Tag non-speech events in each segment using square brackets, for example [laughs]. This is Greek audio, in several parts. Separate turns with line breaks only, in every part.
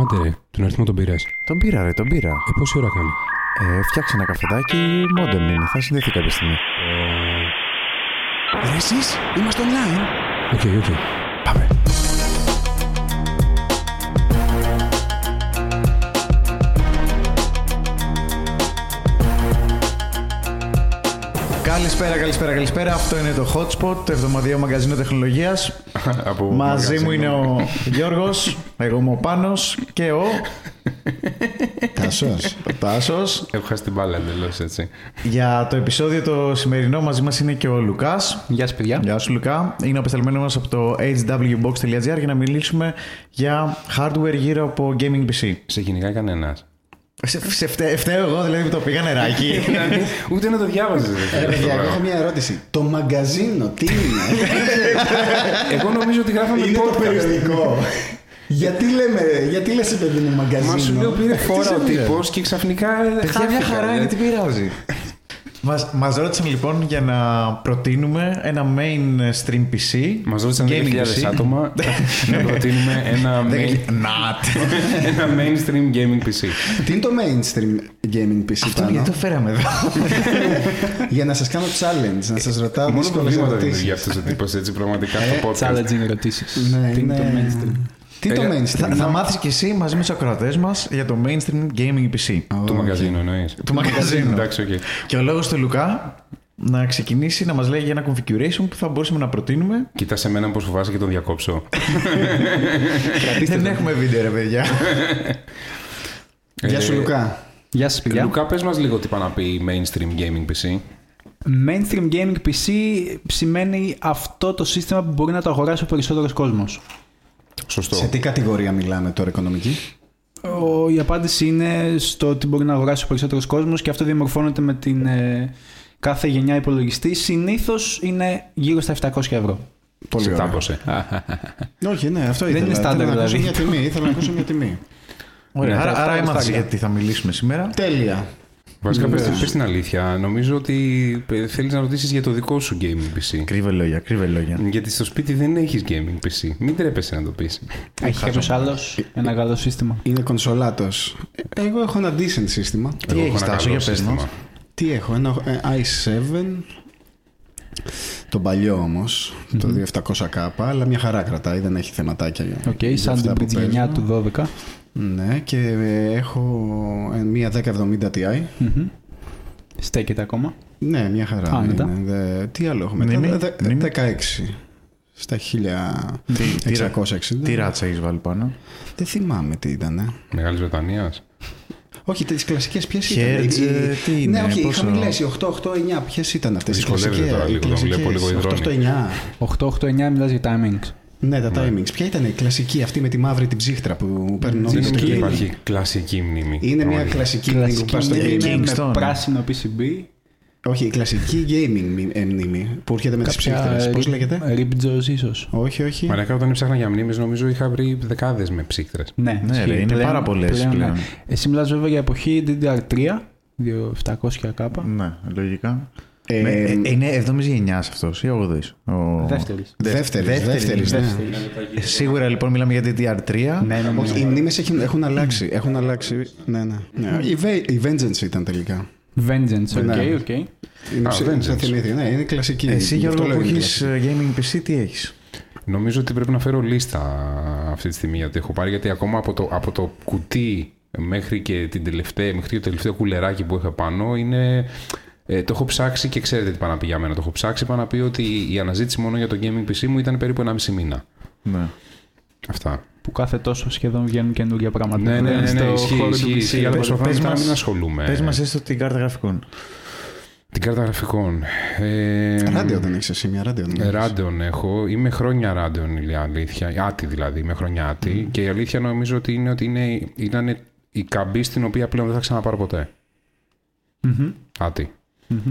Άντε ρε, τον αριθμό τον πήρες.
Τον πήρα, ρε, τον πήρα.
Ε, πόση ώρα κάνει.
Ε, φτιάξε ένα καφεδάκι, μόντεμ είναι. Θα συνδεθεί κάποια στιγμή.
Ε, εσείς, είμαστε online. Οκ, οκ. Πάμε.
Καλησπέρα, καλησπέρα, καλησπέρα. Αυτό είναι το Hotspot, το εβδομαδιαίο μαγκαζίνο τεχνολογίας.
Από
Μαζί
μαγαζίνο.
μου είναι ο Γιώργος, εγώ είμαι ο Πάνος και ο
Τάσος.
Τάσος.
Έχω χάσει την μπάλα εντελώς έτσι.
Για το επεισόδιο το σημερινό μαζί μας είναι και ο Λουκάς.
Γεια σα, παιδιά.
Γεια σου, Λουκά. Είναι απεσταλμένος μας από το hwbox.gr για να μιλήσουμε για hardware γύρω από gaming PC.
Σε κυνηγάει κανένας.
Σε, σε φτε- φταίω εγώ, δηλαδή που το πήγα νεράκι.
ναι, Ούτε να το διάβαζες.
Ρε Ε, παιδιά, εγώ έχω μια ερώτηση. Το μαγκαζίνο, τι είναι.
Εγώ νομίζω ότι γράφαμε
είναι το
podcast.
περιοδικό. γιατί λέμε, γιατί λες ρε παιδί μου μαγκαζίνο.
Μα σου λέω πήρε φόρα Ε, ο τύπος και ξαφνικά. χάθηκα, ρε.
πειράζει. Μας, μας ρώτησαν λοιπόν για να προτείνουμε ένα mainstream PC.
Μας ρώτησαν
gaming
10.000
PC.
άτομα να προτείνουμε [laughs] ένα, main,
Not.
ένα mainstream gaming PC.
Τι είναι το mainstream gaming PC
Αυτό
πάνω.
γιατί το φέραμε εδώ.
Για να σας κάνω challenge, να σας ρωτάω
Μόνο
δύσκολες
προβλήματα δημιουργεί
ερωτήσεις.
αυτός ο τύπος έτσι πραγματικά στο podcast.
Challenge είναι ερωτήσεις.
Ναι, είναι... Τι το
Ε,
mainstream.
θα, θα μάθεις κι εσύ μαζί με τους ακροατές μας για το mainstream gaming PC.
Του μαγαζίνου εννοείς.
Του μαγαζίνου.
Εντάξει, οκ.
Και ο λόγος του Λουκά να ξεκινήσει να μας λέει για ένα configuration που θα μπορούσαμε να προτείνουμε.
Κοίτα σε μένα πώ φοβάσαι και τον διακόψω.
Δεν έχουμε βίντεο ρε παιδιά.
[laughs] Γεια σου
Ε,
Λουκά.
Γεια σας, παιδιά.
Λουκά, πες μας λίγο τι πάει να πει mainstream gaming PC.
Mainstream Gaming PC σημαίνει αυτό το σύστημα που μπορεί να το αγοράσει ο περισσότερος κόσμος.
Σωστό.
Σε τι κατηγορία μιλάμε τώρα οικονομική.
Η απάντηση είναι στο ότι μπορεί να αγοράσει ο περισσότερος κόσμος και αυτό διαμορφώνεται με την ε, κάθε γενιά υπολογιστής. Συνήθως είναι γύρω στα 700 ευρώ.
Πολύ ωραία.
Τάπωσε.
Όχι, ναι, αυτό
Δεν
ήθελα.
είναι
Ήθελα
standard,
να ακούσω
δηλαδή.
μια τιμή. Ήθελα να ακούσω μια τιμή.
Ωραία,
Ναι,
άρα,
τα-
άρα
τα-
έμαθες
τα-
γιατί θα μιλήσουμε σήμερα.
Τέλεια.
Βασικά, πες, πες την αλήθεια. Νομίζω ότι ε, θέλεις να ρωτήσεις για το δικό σου gaming PC.
Κρύβε λόγια, κρύβε λόγια.
Γιατί στο σπίτι δεν έχεις gaming PC. Μην τρέπεσαι να το πεις.
Ε,
Έχει κάποιος άλλο ένα καλό σύστημα.
Είναι κονσολάτος. Ε, Εγώ έχω ένα decent σύστημα.
Τι
Εγώ έχω
έχεις,
ένα
Τάσο,
καλό
για πες
σύστημα.
μας.
Τι έχω, ένα ε, i7, τον παλιό όμως, το 2700K, αλλά μια χαρά κρατάει, δεν έχει θεματάκια. για-
Οκ,
για
σαν
ε, αυτά
την
που
πριν τη
παίζω.
γενιά του 12.
Ναι, και ε, έχω ε, μια 1070 Ti.
Μμμ. Στέκεται ακόμα.
Ναι, μια χαρά.
Α, μετά.
είναι. Δε- τι άλλο έχουμε.
Μνήμη,
Δε- δε-
μνήμη.
16. Στα 1660.
Τι ράτσα έχεις βάλει πάνω.
Δεν θυμάμαι τι ήταν. ε.
Μεγάλης Βρετανίας.
Όχι, τις κλασικές ποιες ήταν.
Χέρτζε,
Οι-
τι είναι,
Ναι, όχι,
πόσο?
είχαμε μιλήσει 8-8-9. Ποιες ήταν αυτές οι
Δυσκολεύεται τώρα λίγο, τον βλέπω λίγο υδρώνει.
8-8-9.
8-8-9 μιλάς για timings.
Ναι, τα timings. Ποια ήταν η κλασική αυτή με τη μαύρη την ψύχτρα που παίρνουν όλοι
Είναι
στο
μια
gaming.
υπάρχει κλασική μνήμη.
Είναι μια
Πραγματικά.
κλασική μνήμη που
Κλασική
πας στο
μνήμη
gaming.
Kingston.
με πράσινο PCB.
Όχι, η κλασική gaming μνη- ε, μνήμη που έρχεται με τις ψύχτρες. Πώς
ε,
λέγεται.
Ripjaws ίσως.
Όχι, όχι.
Μαλάκα, όταν έψαχνα για μνήμες νομίζω είχα βρει δεκάδες με ψύχτρες.
Ναι,
Ναι,
ισχύει.
ρε, είναι πάρα πολλές
ναι.
πλέον.
Εσύ μιλάς βέβαια για εποχή DDR3, 2700 κάπα.
Ναι, λογικά.
Ε,
Με- ε, είναι 7η γενιάς αυτός ή 8η. Ο...
Δεύτερης.
Δεύτερης.
Δεύτερης,
Δεύτερης.
Ε, Σίγουρα λοιπόν μιλάμε για DDR3.
Ναι, ναι, ναι.
Όχι, οι μνήμες έχουν, έχουν αλλάξει. Έχουν αλλάξει. Ναι, ναι. ναι. Η, Ve- η Vengeance ήταν τελικά.
Vengeance, οκ,
Ναι.
οκ.
Είναι
Α,
ψη-
Vengeance.
θα θυμηθεί. Ναι, είναι κλασική.
Εσύ
Γι'
για
αυτό
όλο που
λέω είναι
έχεις
κλασική.
gaming PC, τι έχεις.
Νομίζω ότι πρέπει να φέρω λίστα αυτή τη στιγμή γιατί έχω πάρει. Γιατί ακόμα από το, από το κουτί μέχρι και την τελευταία, μέχρι και το τελευταίο κουλεράκι που είχα πάνω είναι. ε, το έχω ψάξει και ξέρετε τι πάνε να πει για μένα. Το έχω ψάξει πάνω να πει ότι η αναζήτηση μόνο για το gaming PC μου ήταν περίπου 1,5 μήνα.
Ναι.
Αυτά.
Που κάθε τόσο σχεδόν βγαίνουν καινούργια πράγματα.
Ναι, ναι, ναι, ναι,
στο
ισχύει,
χώρο του
ισχύει,
PC.
ισχύει, αλλά
Πες-
προσπαθώ
πες
να
μας-
μην ασχολούμαι.
Πες μας έστω την κάρτα γραφικών.
Την κάρτα γραφικών. Ε,
Ράντιο δεν έχεις εσύ μια ράντιο. δεν
Ε,
έχεις.
Ράντεον έχω. Είμαι χρόνια ράντεον, η αλήθεια. Άτι δηλαδή, είμαι χρόνια άτι. Και η αλήθεια νομίζω ότι είναι ότι είναι, ήταν η καμπή στην οποία πλέον δεν θα ξαναπάρω ποτέ. Άτι.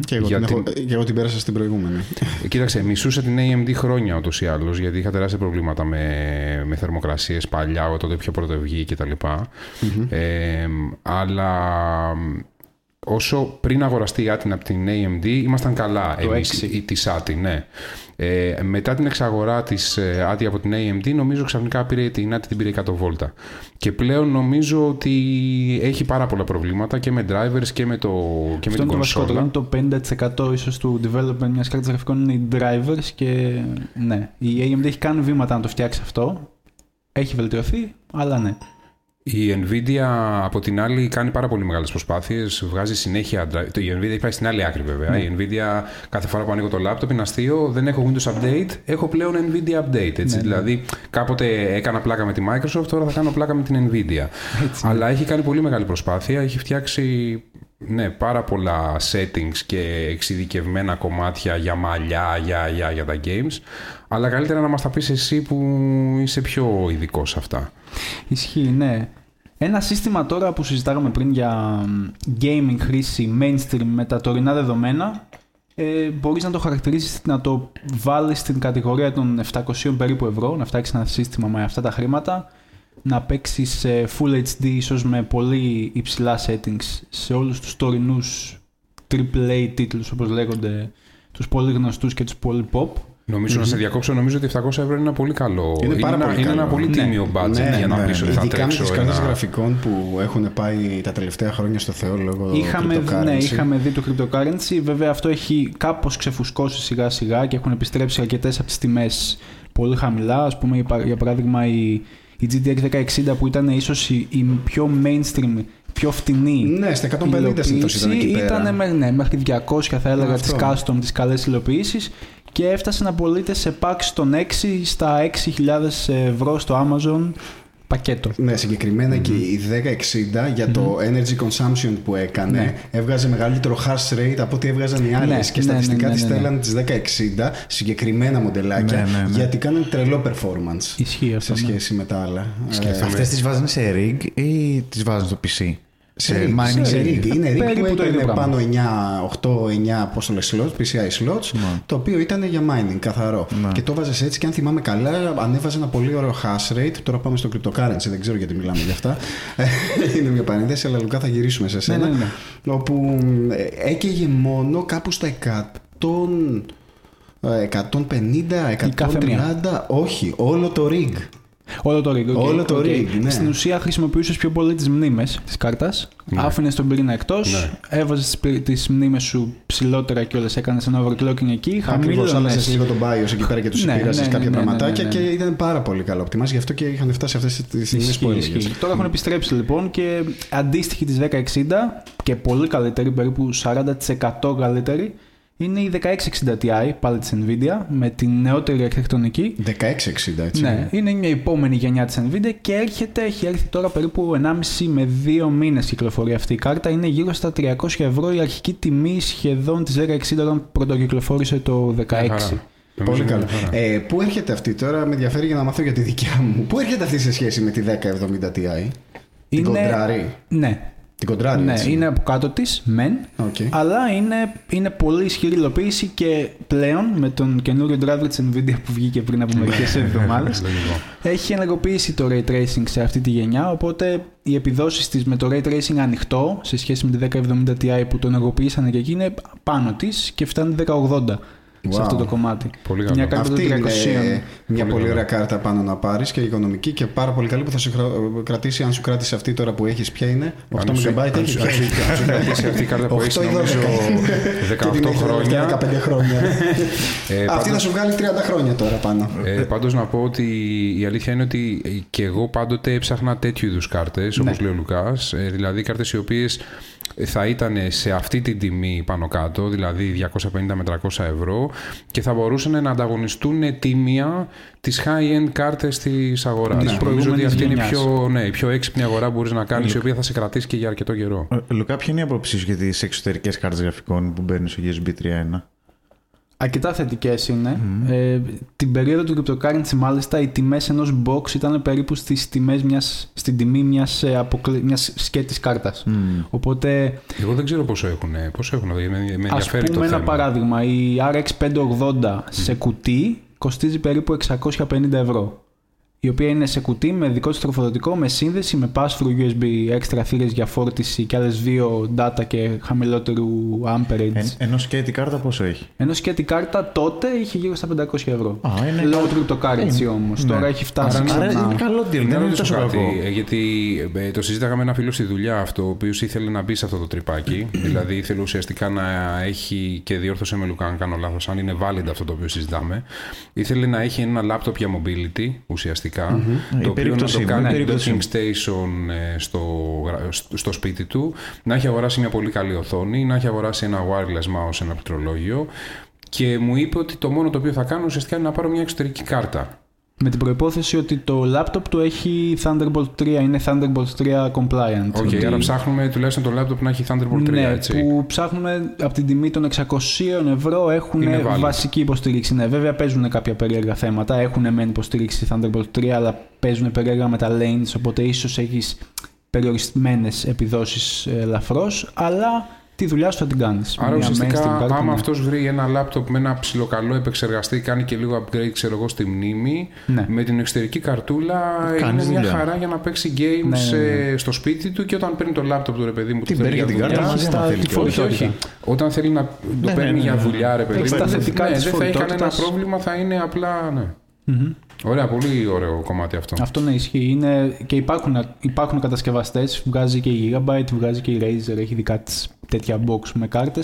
Και εγώ,
Γιατί-
την... έχω- και εγώ την πέρασα στην προηγούμενη.
Ε, Κοίταξε, μισούσα την AMD χρόνια ούτως ή άλλως, γιατί είχα τεράστια προβλήματα με, με θερμοκρασίες παλιά, όταν το πιο πρώτο βγήκε κτλ. Ε, αλλά όσο πριν αγοραστεί η Atin από την AMD, ήμασταν καλά
Το
εμείς,
έξι.
ή της Atin, ναι. Ε, μετά την εξαγορά της ε, Atin από την AMD, νομίζω ξαφνικά πήρε, την Atin την πήρε 100 βόλτα. Και πλέον νομίζω ότι έχει πάρα πολλά προβλήματα και με drivers και με, το, και με την
Αυτό είναι το βασικό. Το
κονσόλα.
λένε το 50% ίσως του development μιας κάρτας γραφικών είναι οι drivers και ναι. Η AMD έχει κάνει βήματα να το φτιάξει αυτό. Έχει βελτιωθεί, αλλά ναι.
Η Nvidia από την άλλη κάνει πάρα πολύ μεγάλες προσπάθειες. Βγάζει συνέχεια. drive- το- Η Nvidia έχει πάει στην άλλη άκρη βέβαια. Η Nvidia κάθε φορά που ανοίγω το laptop είναι αστείο. Δεν έχω Windows Update, έχω πλέον Nvidia Update. Έτσι. Δηλαδή κάποτε έκανα πλάκα με τη Microsoft, τώρα θα κάνω πλάκα με την Nvidia. Αλλά έχει κάνει πολύ μεγάλη προσπάθεια. Έχει φτιάξει ναι, πάρα πολλά settings και εξειδικευμένα κομμάτια για μαλλιά, για, για, για τα games. Αλλά καλύτερα να μας τα πεις εσύ που είσαι πιο ειδικός σε αυτά.
Ισχύει, ναι. Ένα σύστημα τώρα που συζητάγαμε πριν για μ, gaming χρήση mainstream με τα τωρινά δεδομένα ε, μπορείς να το χαρακτηρίσεις, να το βάλεις στην κατηγορία των 700 περίπου ευρώ, να φτιάξεις ένα σύστημα με αυτά τα χρήματα, να παίξεις ε, Full HD ίσως με πολύ υψηλά settings σε όλους τους τωρινούς AAA τίτλους όπως λέγονται, τους πολύ γνωστούς και τους πολύ pop.
νομιζω να σε διακόψω, νομίζω ότι 700 ευρώ είναι ένα πολύ καλό.
Είναι πάρα
ένα,
πολύ
είναι
καλό.
ένα πολύ
Ναι.
τίμιο budget για να πεις ότι θα
ναι, Ειδικά με
τρέξω
τις
ένα...
κάρτες γραφικών που έχουν πάει τα τελευταία χρόνια στο Θεό λόγω
Είχαμε, δει- ναι,
cryptocurrency.
είχαμε δει το cryptocurrency. Βέβαια, αυτό έχει κάπως ξεφουσκώσει σιγά σιγά και έχουν επιστρέψει αρκετές από τις τιμές πολύ χαμηλά. Ας πούμε, η πα- για παράδειγμα, η, η GTX 1060 που ήταν ίσως η, η πιο mainstream, πιο φτηνή.
Ναι, στα 150 συνήθως ήταν εκεί πέρα. Ναι,
Ήταν με, ναι, μέχρι 200 θα έλεγα τι
Αυτό.
custom, τις καλές υλοποιήσεις και έφτασε να πωλείται σε packs των 6 στα 6.000 ευρώ στο Amazon πακέτο.
Ναι, συγκεκριμενα και η 1060 για το energy consumption που έκανε
Ναι.
έβγαζε μεγαλύτερο hash rate από ό,τι έβγαζαν οι άλλες.
Ναι,
και
ναι,
στατιστικά
ναι,
τις
ναι,
στέλναν
ναι,
τις 1060 συγκεκριμένα μοντελάκια
Ναι, ναι, ναι.
γιατί κάνουν τρελό performance
Ισχύει αυτό.
σε
ναι.
σχέση με τα άλλα. Ε,
Αυτές τις βάζουν σε rig ή τις βάζουν στο PC.
σε rig,
mining
σε rig. Είναι rig που
Περίπου το ίδιο
έκανε
πράγμα.
πάνω 9, 8-9 πόσο λέει, slots, PCI slots,
Ναι.
το οποίο ήταν για mining καθαρό. Και το βάζες έτσι και αν θυμάμαι καλά, ανέβαζε ένα πολύ ωραίο hash rate. Τώρα πάμε στο cryptocurrency, δεν ξέρω γιατί μιλάμε για αυτά. [laughs] Είναι μια παρένθεση, αλλά Λουκά θα γυρίσουμε σε σένα.
ναι, ναι.
Όπου ε, έκαιγε μόνο κάπου στα 100. ε, 150,
Η κάθε
130, όχι, όλο το rig.
Όλο το rig. οκ,
Όλο το
οκ.
rig, ναι.
Στην ουσία χρησιμοποιούσες πιο πολύ τις μνήμες της κάρτας. Άφηνες τον πυρήνα εκτός.
Ναι.
Έβαζες τις μνήμες σου ψηλότερα και όλες. Έκανες ένα overclocking εκεί.
Ακριβώ
Χαμήλωνε.
άλλαζε λίγο τον BIOS εκεί πέρα και τους
Ναι,
ναι,
ναι, ναι,
κάποια
ναι, ναι,
πραγματάκια
ναι, ναι, ναι.
και ήταν πάρα πολύ καλό optimize. Γι' αυτό και είχαν φτάσει αυτές τις στιγμέ που
Ισχύει,
έλεγες.
ισχύει. Τώρα έχουν επιστρέψει λοιπόν και αντίστοιχη της 1060 και πολύ καλύτερη, περίπου 40% καλύτερη, είναι η 1660 Ti πάλι της Nvidia με την νεότερη αρχιτεκτονική.
1660, έτσι.
Ναι, είναι μια επόμενη γενιά της Nvidia και έρχεται, έχει έρθει τώρα περίπου 1,5 με 2 μήνες κυκλοφορεί αυτή η κάρτα. Είναι γύρω στα 300 ευρώ η αρχική τιμή σχεδόν της 1060 όταν πρωτοκυκλοφόρησε το 16.
Μια χαρά. Νομίζω
Πολύ
είναι
καλό.
μια χαρά.
Ε, πού έρχεται αυτή τώρα, με ενδιαφέρει για να μάθω για τη δικιά μου. Πού έρχεται αυτή σε σχέση με τη 1070 Ti. Την κοντράρει.
Ναι,
Την κοντράρει.
ναι
έτσι.
είναι από κάτω της, μεν,
Οκ.
αλλά είναι, είναι πολύ ισχυρή υλοποίηση και πλέον με τον καινούριο driver της Nvidia που βγήκε πριν από
Ναι.
μερικές εβδομάδες Έχει ενεργοποιήσει το Ray Tracing σε αυτή τη γενιά, οπότε οι επιδόσεις της με το Ray Tracing ανοιχτό σε σχέση με τη 1070 Ti που το ενεργοποιήσανε και εκεί είναι πάνω της και φτάνει 1080 σε
Wow.
αυτό το κομμάτι.
Πολύ καλό.
Μια κάρτα των
Αυτή
300.
είναι ε, μια πολύ
καλά.
ωραία κάρτα πάνω να πάρεις και οικονομική και πάρα πολύ καλή που θα σε χρα- κρατήσει. Αν σου κράτησε αυτή τώρα που έχεις, ποια είναι. 8
Αν σου-
MB.
αν σου- αν σου- αν σου κρατήσει αυτή η κάρτα που έχεις, νομίζω 18 χρόνια.
15 χρόνια.
[laughs] Ε,
Αυτή
πάντως-
θα σου βγάλει 30 χρόνια τώρα πάνω.
Ε, Πάντως να πω ότι η αλήθεια είναι ότι ε, και εγώ πάντοτε έψαχνα τέτοιου είδους κάρτες,
Ναι.
όπω λέει ο Λουκάς. δηλαδή κάρτες οι οποίες θα ήταν σε αυτή την τιμή πάνω κάτω, δηλαδή 250 με 300 ευρώ και θα μπορούσαν να ανταγωνιστούν τίμια τις high-end κάρτες της αγοράς. Νομίζω ότι
προηγούμενης
αυτή είναι η
γενιάς.
πιο, ναι, η πιο έξυπνη αγορά που μπορείς να κάνεις, η οποία θα σε κρατήσει και για αρκετό καιρό.
Ε, Λουκά, ποια είναι η άποψή σου για τις εξωτερικές κάρτες γραφικών που μπαίνουν στο USB 3.1.
Αρκετά θετικές είναι. Ε, την περίοδο του cryptocurrency, μάλιστα, οι τιμές ενός box ήταν περίπου στις τιμές μιας, στην τιμή μιας αποκλει... μιας σκέτης κάρτας. Οπότε,
Εγώ δεν ξέρω πόσο έχουν. Πόσο έχουν δηλαδή, με, με
ας
ενδιαφέρει
πούμε
το
ένα
θέμα.
παράδειγμα, η RX 580 σε κουτί κοστίζει περίπου 650 ευρώ. η οποία είναι σε κουτί με δικό της τροφοδοτικό, με σύνδεση, με pass-through USB έξτρα θύρες για φόρτιση και άλλες δύο data και χαμηλότερου amperage.
Εν, Ε, ενώ σκέτη κάρτα πόσο έχει.
Ενώ σκέτη κάρτα τότε είχε γύρω στα 500 ευρώ.
Α, είναι
Low
καλό.
cryptocurrency όμως.
Ναι.
Τώρα έχει φτάσει
Άρα,
Άρα
ξανά.
είναι καλό deal, ναι,
Να
δεν είναι
ρωτήσω
τόσο
κάτι,
κακό.
ε, γιατί ε, το συζήταγα με ένα φίλο στη δουλειά αυτό, ο οποίος ήθελε να μπει σε αυτό το
[clears throat]
τρυπάκι. δηλαδή ήθελε ουσιαστικά να έχει, και διόρθωσε με Λουκά αν κάνω λάθος, αν είναι valid αυτό το οποίο συζητάμε. Ήθελε να έχει ένα laptop για mobility ουσιαστικά,
Ε, Η ναι,
το οποίο να
περίπτωσή
το
μου, η
κάνει
περίπτωσή
docking
μου.
station ε, στο, γρα- στο- στο σπίτι του, να έχει αγοράσει μια πολύ καλή οθόνη, να έχει αγοράσει ένα wireless mouse, ένα πληκτρολόγιο. Και μου είπε ότι το μόνο το οποίο θα κάνω ουσιαστικά είναι να πάρω μια εξωτερική κάρτα.
Με την προπόθεση ότι το laptop του έχει Thunderbolt 3, είναι Thunderbolt 3 compliant.
Οκ,
Ότι-
άρα ψάχνουμε τουλάχιστον το laptop να έχει Thunderbolt 3,
ναι,
έτσι.
που ψάχνουμε από την τιμή των 600 ευρώ έχουν
Είναι valid.
βασική υποστήριξη. Ναι, βέβαια παίζουν κάποια περίεργα θέματα. Έχουν μεν υποστήριξη Thunderbolt 3, αλλά παίζουν περίεργα με τα lanes, οπότε ίσως έχεις περιορισμένες επιδόσεις ε, ελαφρώς, αλλά τη δουλειά σου θα την κάνεις.
Άρα
Μια mainstream
ουσιαστικά,
κάρτα,
άμα
ναι.
αυτός βρει ένα laptop με ένα ψιλοκαλό επεξεργαστή, κάνει και λίγο upgrade, ξέρω εγώ, στη μνήμη,
Ναι.
με την εξωτερική καρτούλα,
Κάνεις
είναι μια
δουλειά.
χαρά για να παίξει games
Ναι, ναι, ναι.
ε, στο σπίτι του και όταν παίρνει το laptop του ρε παιδί μου,
Την
το θέλει
παίρνει
για
και την κάρτα
δουλειά.
μαζί, άμα
Στα-
θέλει
τη
και όχι.
Όχι, όχι.
φορητότητα.
Όταν θέλει να το
ναι,
παίρνει
ναι,
για
ναι.
δουλειά, ρε παιδί
Έχεις τα
μου.
θετικά
ναι,
της
δεν θα έχει κανένα
φορητότητας.
πρόβλημα, θα είναι απλά. Ναι.
Μμμ.
Ωραία, πολύ ωραίο κομμάτι αυτό.
Αυτό ναι, ισχύει. Είναι, και υπάρχουν, υπάρχουν κατασκευαστές, βγάζει και η Gigabyte, βγάζει και η Razer, έχει δικά της τέτοια box με κάρτες.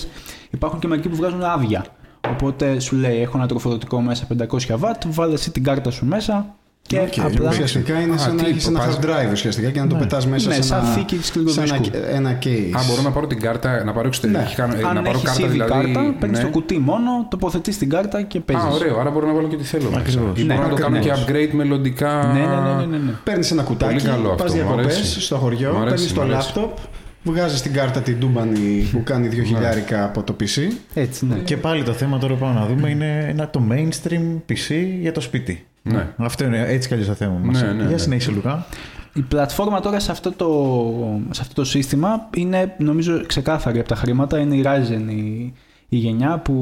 Υπάρχουν και μερικοί που βγάζουν άδεια. Οπότε σου λέει: Έχω ένα τροφοδοτικό μέσα 500 W, βάλε εσύ την κάρτα σου μέσα και
Οκ,
απλά.
Ουσιαστικά είναι
Α,
σαν να
τι,
έχεις ένα
πας-
hard drive ουσιαστικά και να το πετάς μέσα
Ναι,
σε
σαν
ένα,
θήκη σκληροδίσκου.
ένα, ένα case.
Α, μπορώ να πάρω την κάρτα, να πάρω εξωτερική
Ναι.
κάρτα, ε, να
Αν
πάρω
έχεις
κάρτα
ήδη
δηλαδή.
κάρτα, παίρνεις
ναι.
το κουτί μόνο, τοποθετείς την κάρτα και παίζει.
Α, ωραίο. Άρα μπορώ να βάλω και τι θέλω. μέσα.
Ακριβώς.
Ή
Ναι,
μπορώ να το κάνω και
ακριβώς.
upgrade μελλοντικά.
Ναι, ναι, ναι, ναι, ναι, ναι.
Παίρνεις ένα κουτάκι,
Πολύ καλό αυτό,
πα
μου
διακοπές
αρέσει.
στο
Μου
χωριό,
αρέσει,
παίρνει το
μου αρέσει. Ναι.
laptop, βγάζεις την κάρτα την τούμπανη που κάνει δύο χιλιάρικα από το PC.
Έτσι,
Ε,
ναι.
Και πάλι το θέμα τώρα που πάμε να δούμε είναι ένα, το mainstream PC για το σπίτι.
Ναι.
Αυτό είναι έτσι κι αλλιώς το θέμα μας.
Ναι, ναι, ναι.
Για συνέχισε Λουκά.
Η πλατφόρμα τώρα σε αυτό, το, σε αυτό το σύστημα είναι νομίζω ξεκάθαρη από τα χρήματα. Είναι η Ryzen η, η γενιά που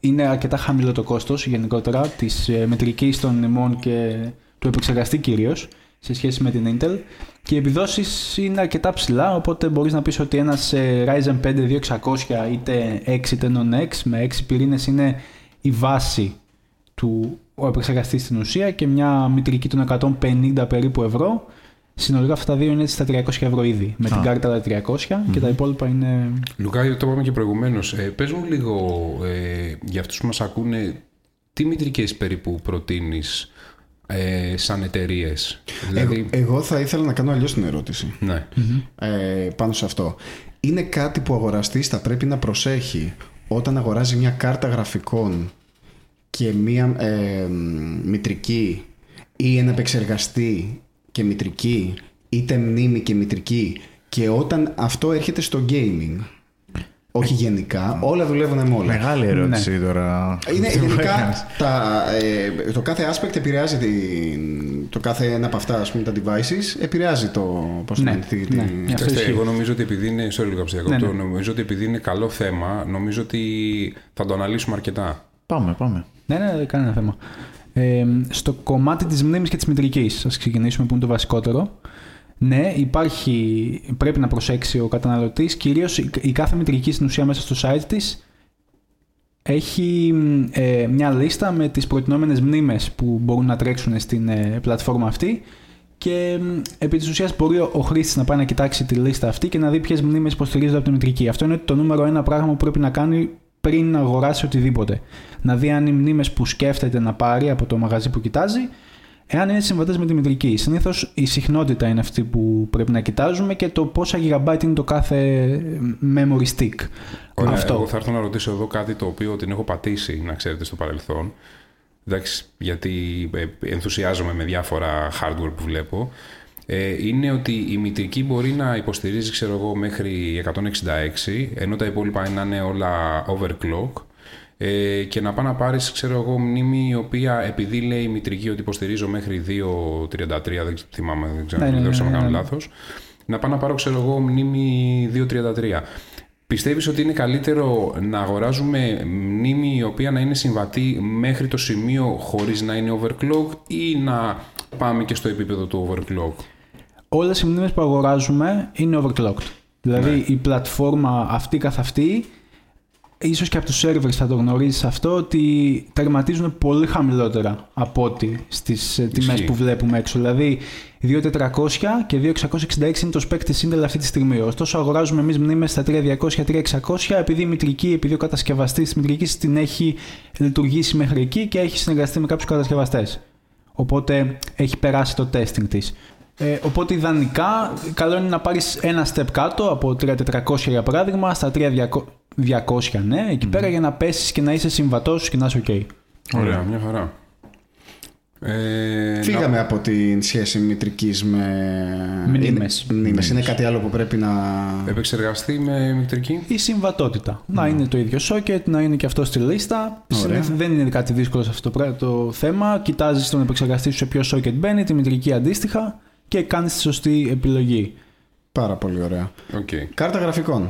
είναι αρκετά χαμηλό το κόστος γενικότερα της ε, μετρικής των μνημών και του επεξεργαστή κυρίως σε σχέση με την Intel και οι επιδόσεις είναι αρκετά ψηλά οπότε μπορείς να πεις ότι ένας ε, Ryzen 5 2600 είτε 6 είτε non-X με 6 πυρήνες είναι η βάση του ο επεξεργαστής στην ουσία και μια μητρική των 150 περίπου ευρώ. Συνολικά αυτά τα δύο είναι στα 300 ευρώ ήδη. Με την κάρτα τα 300 και τα υπόλοιπα είναι.
Λουκά, το είπαμε και προηγουμένως. Ε, πες μου λίγο ε, για αυτούς που μας ακούνε, τι μητρικές περίπου προτείνεις ε, σαν εταιρείες. Δηλαδή.
Ε, Εγώ θα ήθελα να κάνω αλλιώς την ερώτηση
ναι.
ε, πάνω σε αυτό. Είναι κάτι που ο αγοραστής θα πρέπει να προσέχει όταν αγοράζει μια κάρτα γραφικών και μια ε, μητρική ή ένα επεξεργαστή και μητρική είτε μνήμη και μητρική και όταν αυτό έρχεται στο gaming. Όχι γενικά, όλα δουλεύουν με όλα.
Μεγάλη ερώτηση τώρα.
Είναι
Τι μου
γενικά
έκανες.
τα, ε, το κάθε aspect επηρεάζει την, το κάθε ένα από αυτά, ας πούμε, τα devices επηρεάζει το πώς
Ναι,
ναι, τη, τη-
ναι.
τη-
Αυτό
Κοιτάξτε,
ισχύει.
εγώ νομίζω ότι επειδή είναι. Sorry, Λουκά, που σε διακόπτω,
Ναι, ναι.
Νομίζω ότι επειδή είναι καλό θέμα, νομίζω ότι θα το αναλύσουμε αρκετά.
Πάμε, πάμε.
Ναι, ναι, ναι, κανένα θέμα. Ε, στο κομμάτι της μνήμης και της μητρικής, ας ξεκινήσουμε που είναι το βασικότερο. Ναι, υπάρχει, πρέπει να προσέξει ο καταναλωτής, κυρίως η κάθε μητρική στην ουσία μέσα στο site της έχει μ, ε, μια λίστα με τις προτινόμενες μνήμες που μπορούν να τρέξουν στην ε, πλατφόρμα αυτή και μ, επί της ουσίας μπορεί ο ο χρήστης να πάει να κοιτάξει τη λίστα αυτή και να δει ποιες μνήμες υποστηρίζονται από τη μητρική. Αυτό είναι το νούμερο ένα πράγμα που πρέπει να κάνει πριν να αγοράσει οτιδήποτε. Να δει αν οι μνήμες που σκέφτεται να πάρει από το μαγαζί που κοιτάζει Εάν είναι συμβατές με τη μητρική, συνήθως η συχνότητα είναι αυτή που πρέπει να κοιτάζουμε και το πόσα gigabyte είναι το κάθε ε, memory stick.
Ωραία,
Αυτό.
Εγώ θα έρθω να ρωτήσω εδώ κάτι το οποίο την έχω πατήσει, να ξέρετε, στο παρελθόν. Εντάξει, γιατί ε, ενθουσιάζομαι με διάφορα hardware που βλέπω. Ε, είναι ότι η μητρική μπορεί να υποστηρίζει, ξέρω εγώ, μέχρι 166, ενώ τα υπόλοιπα να είναι όλα overclock. Ε, και να πάει να πάρεις, ξέρω εγώ, μνήμη η οποία επειδή λέει η μητρική ότι υποστηρίζω μέχρι 2.33, δεν ξε- θυμάμαι, δεν ξέρω,
Ναι, ναι,
δεν
ναι,
ξέρω αν
ναι,
κάνω
ναι.
λάθος. Να πάω να πάρω, ξέρω εγώ, μνήμη 2.33. Πιστεύεις ότι είναι καλύτερο να αγοράζουμε μνήμη η οποία να είναι συμβατή μέχρι το σημείο χωρίς να είναι overclock ή να πάμε και στο επίπεδο του overclock.
Όλες οι μνήμες που αγοράζουμε είναι overclocked. Δηλαδή η πλατφόρμα αυτή καθ' αυτή, ίσως και από τους servers θα το γνωρίζεις αυτό, ότι τερματίζουν πολύ χαμηλότερα από ό,τι στις ε, τιμές
Ισχύει.
που βλέπουμε έξω. Δηλαδή 2.400 και 2.666 είναι το spec της Intel αυτή τη στιγμή. Ωστόσο αγοράζουμε εμείς μνήμες στα 3.200-3.600 επειδή η μητρική, επειδή ο κατασκευαστής της μητρικής την έχει λειτουργήσει μέχρι εκεί και έχει συνεργαστεί με κάποιους κατασκευαστές. Οπότε έχει περάσει το testing της. Ε, οπότε ιδανικά καλό είναι να πάρεις ένα step κάτω από 3400 για παράδειγμα στα 3200 ναι, εκεί πέρα για να πέσεις και να είσαι συμβατός και να είσαι ok.
Ωραία, μια χαρά. Ε,
Φύγαμε από την σχέση μητρικής με.
Μνήμες.
Είναι, μνήμες. είναι κάτι άλλο που πρέπει να.
Να επεξεργαστεί με μητρική.
Η συμβατότητα.
Ναι.
Να είναι το ίδιο socket, να είναι και αυτό στη λίστα. Συνήθως Δεν είναι κάτι δύσκολο σε αυτό το πρά- το θέμα. Κοιτάζεις τον επεξεργαστή σου σε ποιο socket μπαίνει, τη μητρική αντίστοιχα και κάνεις τη σωστή επιλογή.
Πάρα πολύ ωραία.
Οκ.
Κάρτα γραφικών.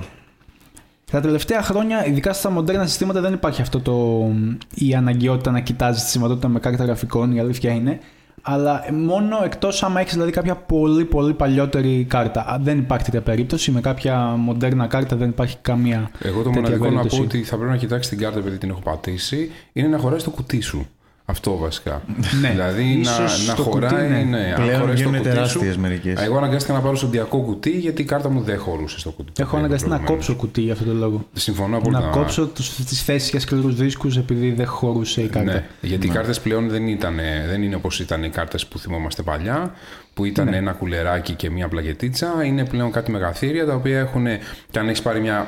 Τα τελευταία χρόνια, ειδικά στα μοντέρνα συστήματα, δεν υπάρχει αυτό το, η αναγκαιότητα να κοιτάζεις τη συμβατότητα με κάρτα γραφικών, η αλήθεια είναι. Αλλά μόνο εκτός άμα έχεις δηλαδή κάποια πολύ πολύ παλιότερη κάρτα. Α, Δεν υπάρχει τέτοια περίπτωση. Με κάποια μοντέρνα κάρτα δεν υπάρχει καμία.
Εγώ το
τέτοια
μοναδικό να πω
περίπτωση.
ότι θα πρέπει να κοιτάξεις την κάρτα επειδή την έχω πατήσει είναι να χωράσει το κουτί σου. Αυτό βασικά.
Ναι.
Δηλαδή να,
Ίσως
να
το κουτί,
χωράει.
ναι.
ναι, αν
Πλέον
χωρέσει το
βγαίνουν
κουτί σου-
τεράστιες μερικές.
Εγώ αναγκάστηκα να πάρω σοντιακό κουτί γιατί η κάρτα μου δεν χωρούσε στο κουτί. που
Έχω
πήρε
αναγκαστεί να
προηγουμένως.
κόψω κουτί για αυτόν τον λόγο.
Συμφωνώ πολύ.
να κόψω τις θέσεις για σκληρούς δίσκους επειδή δεν χωρούσε η κάρτα.
Ναι, γιατί οι κάρτες πλέον δεν, ήταν, δεν είναι όπως ήταν οι κάρτες που θυμόμαστε παλιά, που ήταν
Ναι.
ένα κουλεράκι και μία πλαγετίτσα. Είναι πλέον κάτι μεγαθύρια τα οποία έχουν, και αν έχεις πάρει μια